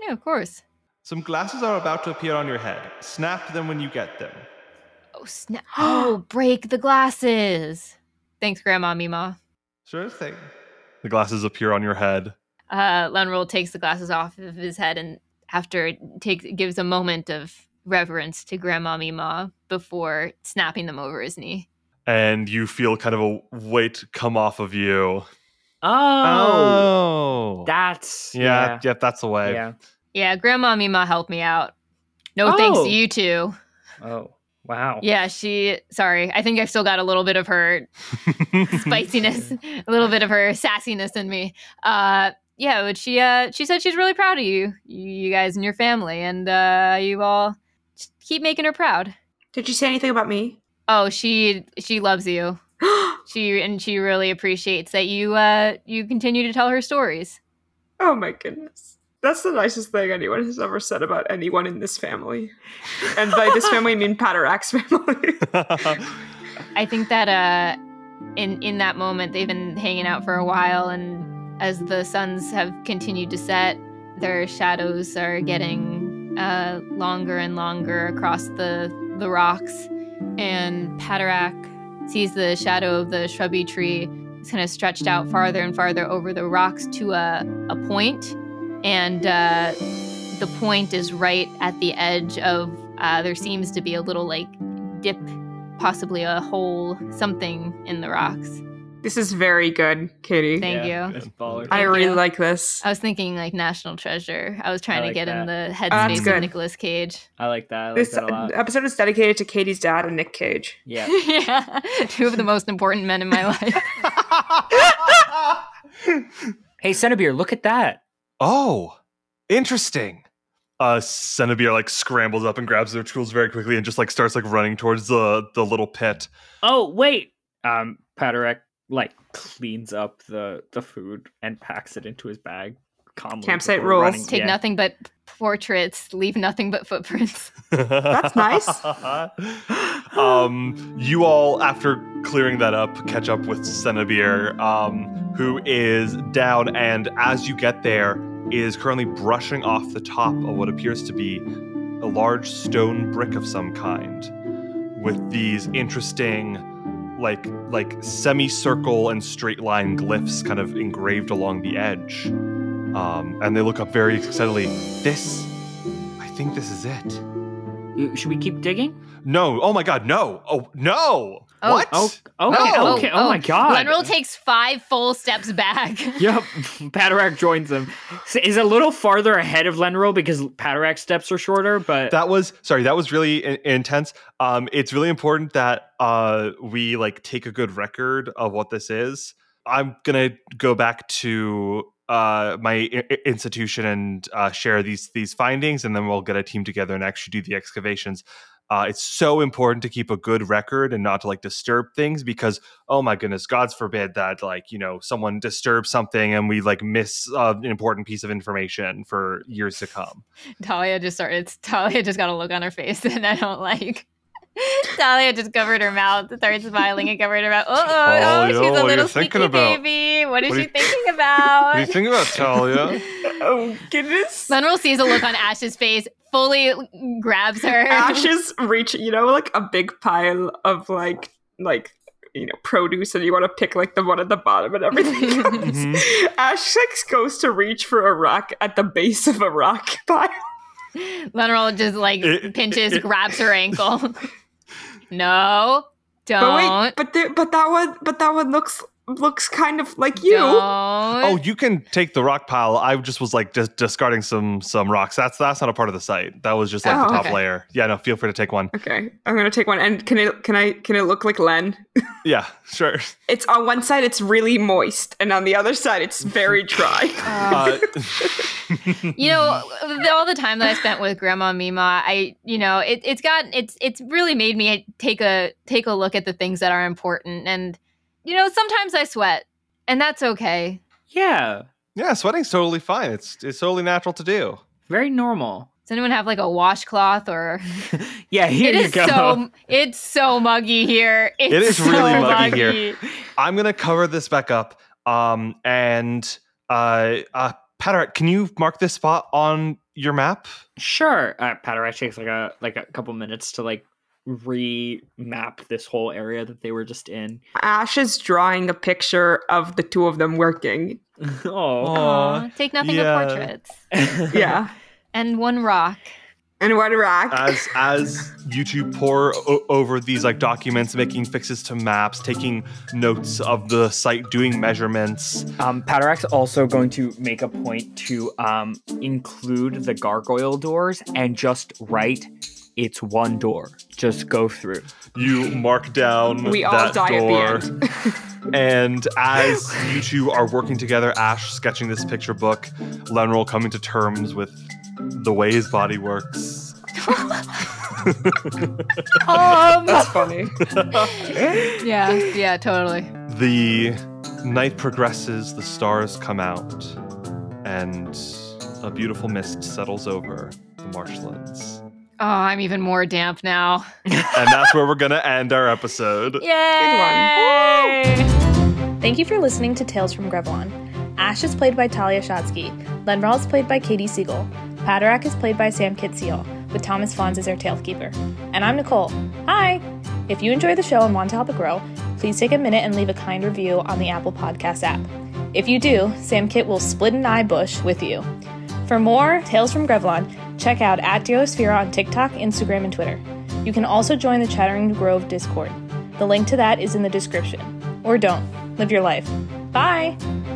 [SPEAKER 2] Yeah, of course.
[SPEAKER 6] Some glasses are about to appear on your head. Snap them when you get them.
[SPEAKER 2] Oh snap! Oh, break the glasses. Thanks, Grandma Mima.
[SPEAKER 6] Sure thing.
[SPEAKER 1] The glasses appear on your head.
[SPEAKER 2] Uh, Lenroll takes the glasses off of his head and after it takes gives a moment of reverence to Grandma Mima before snapping them over his knee.
[SPEAKER 1] And you feel kind of a weight come off of you.
[SPEAKER 3] Oh,
[SPEAKER 1] Oh.
[SPEAKER 3] that's
[SPEAKER 1] yeah,
[SPEAKER 3] yeah.
[SPEAKER 1] yep, that's the way.
[SPEAKER 3] yeah.
[SPEAKER 2] Yeah, Grandma Mima helped me out. No thanks
[SPEAKER 3] Oh.
[SPEAKER 2] to you two.
[SPEAKER 3] Oh, wow.
[SPEAKER 2] Yeah, she. Sorry, I think I've still got a little bit of her spiciness, a little bit of her sassiness in me. Uh, yeah, but she uh, she said she's really proud of you, you you guys and your family, and uh, you all just keep making her proud.
[SPEAKER 4] Did you say anything about me?
[SPEAKER 2] Oh, she she loves you.
[SPEAKER 4] oh
[SPEAKER 2] She and she really appreciates that you uh, you continue to tell her stories.
[SPEAKER 4] Oh my goodness. That's the nicest thing anyone has ever said about anyone in this family. And by this family, I mean Paterak's family.
[SPEAKER 2] I think that uh, in in that moment they've been hanging out for a while, and as the suns have continued to set, their shadows are getting uh, longer and longer across the the rocks. And Patarak sees the shadow of the shrubby tree. It's kind of stretched out farther and farther over the rocks to a a point, and. Uh, the point is right at the edge of uh, there seems to be a little like dip possibly a hole, something in the rocks.
[SPEAKER 4] this is very good, Katie.
[SPEAKER 2] Thank
[SPEAKER 5] Yeah,
[SPEAKER 2] you.
[SPEAKER 5] That's baller.
[SPEAKER 4] I
[SPEAKER 2] Thank
[SPEAKER 4] really
[SPEAKER 2] you. Oh,
[SPEAKER 4] like this.
[SPEAKER 2] I was thinking like National Treasure. I was trying to
[SPEAKER 5] like
[SPEAKER 2] get in the
[SPEAKER 4] that's
[SPEAKER 2] headspace
[SPEAKER 4] good.
[SPEAKER 2] of Nicolas Cage.
[SPEAKER 5] I like that. I like
[SPEAKER 4] this
[SPEAKER 5] that a lot.
[SPEAKER 4] episode is dedicated to Katie's dad and Nick Cage.
[SPEAKER 5] Yeah.
[SPEAKER 2] yeah, two of the most important men in my life.
[SPEAKER 3] Hey, Centipede, look at that.
[SPEAKER 1] oh, interesting. Uh, Cenobia like scrambles up and grabs their tools very quickly and just like starts like running towards the the little pit.
[SPEAKER 3] Oh, wait.
[SPEAKER 5] Um, Paderek like cleans up the the food and packs it into his bag calmly.
[SPEAKER 4] Campsite
[SPEAKER 5] before running-
[SPEAKER 4] rules.
[SPEAKER 2] Take
[SPEAKER 5] yeah.
[SPEAKER 2] nothing but portraits, leave nothing but footprints.
[SPEAKER 1] That's
[SPEAKER 4] nice.
[SPEAKER 1] um, you all, after clearing that up, catch up with Cenobir, um, who is down, and as you get there, is currently brushing off the top of what appears to be a large stone brick of some kind, with these interesting, like like semicircle and straight line glyphs kind of engraved along the edge. Um, and they look up very excitedly. This, I think this is it.
[SPEAKER 3] You- Should we keep digging?
[SPEAKER 1] No. Oh my god, no. Oh no.
[SPEAKER 2] Oh.
[SPEAKER 1] What?
[SPEAKER 3] Oh, okay.
[SPEAKER 1] No.
[SPEAKER 3] Okay. Oh, my god.
[SPEAKER 2] Lenroll takes five full steps back.
[SPEAKER 3] Yep, Paderak joins him. S- Is a little farther ahead of Lenro because Paderak's steps are shorter, but
[SPEAKER 1] That was sorry, that was really in- intense. Um it's really important that uh we like take a good record of what this is. I'm going to go back to uh my I- I- institution and uh share these these findings and then we'll get a team together and actually do the excavations. Uh, it's so important to keep a good record and not to like disturb things because oh my goodness god's forbid that like you know someone disturbs something and we like miss uh, an important piece of information for years to come
[SPEAKER 2] Talia just started. Talia just got a look on her face, and I don't like. Talia just covered her mouth, started smiling and covered her mouth. Uh-oh,
[SPEAKER 1] Talia,
[SPEAKER 2] oh, she's
[SPEAKER 1] what
[SPEAKER 2] a
[SPEAKER 1] are
[SPEAKER 2] little
[SPEAKER 1] you thinking
[SPEAKER 2] sneaky
[SPEAKER 1] about?
[SPEAKER 2] baby. What is
[SPEAKER 1] What are
[SPEAKER 2] she
[SPEAKER 1] you-
[SPEAKER 2] thinking about?
[SPEAKER 1] What do you think about Talia?
[SPEAKER 4] Oh goodness!
[SPEAKER 2] Sunroll sees a look on Ash's face, fully grabs her.
[SPEAKER 4] Ash is reaching, you know, like a big pile of like, like you know, produce, and you want to pick like the one at the bottom, and everything. comes.
[SPEAKER 1] Mm-hmm.
[SPEAKER 4] Ash like, goes to reach for a rock at the base of a rock pile.
[SPEAKER 2] Lenroll just like
[SPEAKER 1] It-
[SPEAKER 2] pinches,
[SPEAKER 1] it-
[SPEAKER 2] grabs her ankle. no, don't.
[SPEAKER 4] But wait, but there, but that one, but that one looks looks kind of like you.
[SPEAKER 2] Don't.
[SPEAKER 1] Oh, you can take the rock pile. I just was like dis- discarding some some rocks. That's that's not a part of the site. That was just like
[SPEAKER 4] Oh,
[SPEAKER 1] the top
[SPEAKER 2] okay.
[SPEAKER 1] layer. Yeah, no, feel free to take one.
[SPEAKER 4] Okay, I'm gonna take one. And can it can I can it look like Len?
[SPEAKER 1] Yeah, sure.
[SPEAKER 4] It's on one side, it's really moist, and on the other side, it's very dry.
[SPEAKER 1] Uh,
[SPEAKER 2] you know the- all the time that i spent with grandma mima i you know it, it's gotten it's it's really made me take a take a look at the things that are important and you know sometimes i sweat and that's okay
[SPEAKER 5] Yeah,
[SPEAKER 1] yeah, sweating's totally fine. It's it's totally natural to do.
[SPEAKER 5] very normal.
[SPEAKER 2] does anyone have like a washcloth or
[SPEAKER 5] Yeah, here
[SPEAKER 2] it
[SPEAKER 5] you
[SPEAKER 2] is
[SPEAKER 5] go.
[SPEAKER 2] so it's so muggy here it's
[SPEAKER 1] is
[SPEAKER 2] so
[SPEAKER 1] really
[SPEAKER 2] muggy,
[SPEAKER 1] muggy here. I'm gonna cover this back up. Um, and uh, uh, Patrick, can you mark this spot on your map?
[SPEAKER 5] Sure. Uh, Paterai takes like a like a couple minutes to like remap this whole area that they were just in.
[SPEAKER 4] Ash is drawing a picture of the two of them working.
[SPEAKER 5] oh.
[SPEAKER 2] Aw, take nothing
[SPEAKER 1] yeah.
[SPEAKER 2] but portraits
[SPEAKER 4] Oh. Yeah,
[SPEAKER 2] and one rock
[SPEAKER 4] and one rack.
[SPEAKER 1] as as you two pour o- over these like documents, making fixes to maps, taking notes of the site, doing measurements.
[SPEAKER 5] Um, Paterak's also going to make a point to um include the gargoyle doors and just write it's one door. Just go through.
[SPEAKER 1] You mark down
[SPEAKER 4] We all
[SPEAKER 1] that
[SPEAKER 4] die at the
[SPEAKER 1] door. and as you two are working together, Ash sketching this picture book, Lenroll coming to terms with the way his body works.
[SPEAKER 2] um
[SPEAKER 4] That's funny.
[SPEAKER 2] yeah yeah totally
[SPEAKER 1] The night progresses, the stars come out, and a beautiful mist settles over the marshlands.
[SPEAKER 2] oh i'm even more damp now
[SPEAKER 1] and that's where we're going to end our episode.
[SPEAKER 2] Yay!
[SPEAKER 7] Thank you for listening to Tales from Grevlon. Ash is played by Talia Shotsky. Lenral is played by Katie Siegel. Paderak is played by Sam Kitziel, with Thomas Fons as our Tailkeeper. And I'm Nicole. Hi! If you enjoy the show and want to help it grow, please take a minute and leave a kind review on the Apple Podcast app. If you do, Sam Kit will split an eye bush with you. For more Tales from Grevlon, check out at Duosphere on TikTok, Instagram, and Twitter. You can also join the Chattering Grove Discord. The link to that is in the description. Or don't. Live your life. Bye!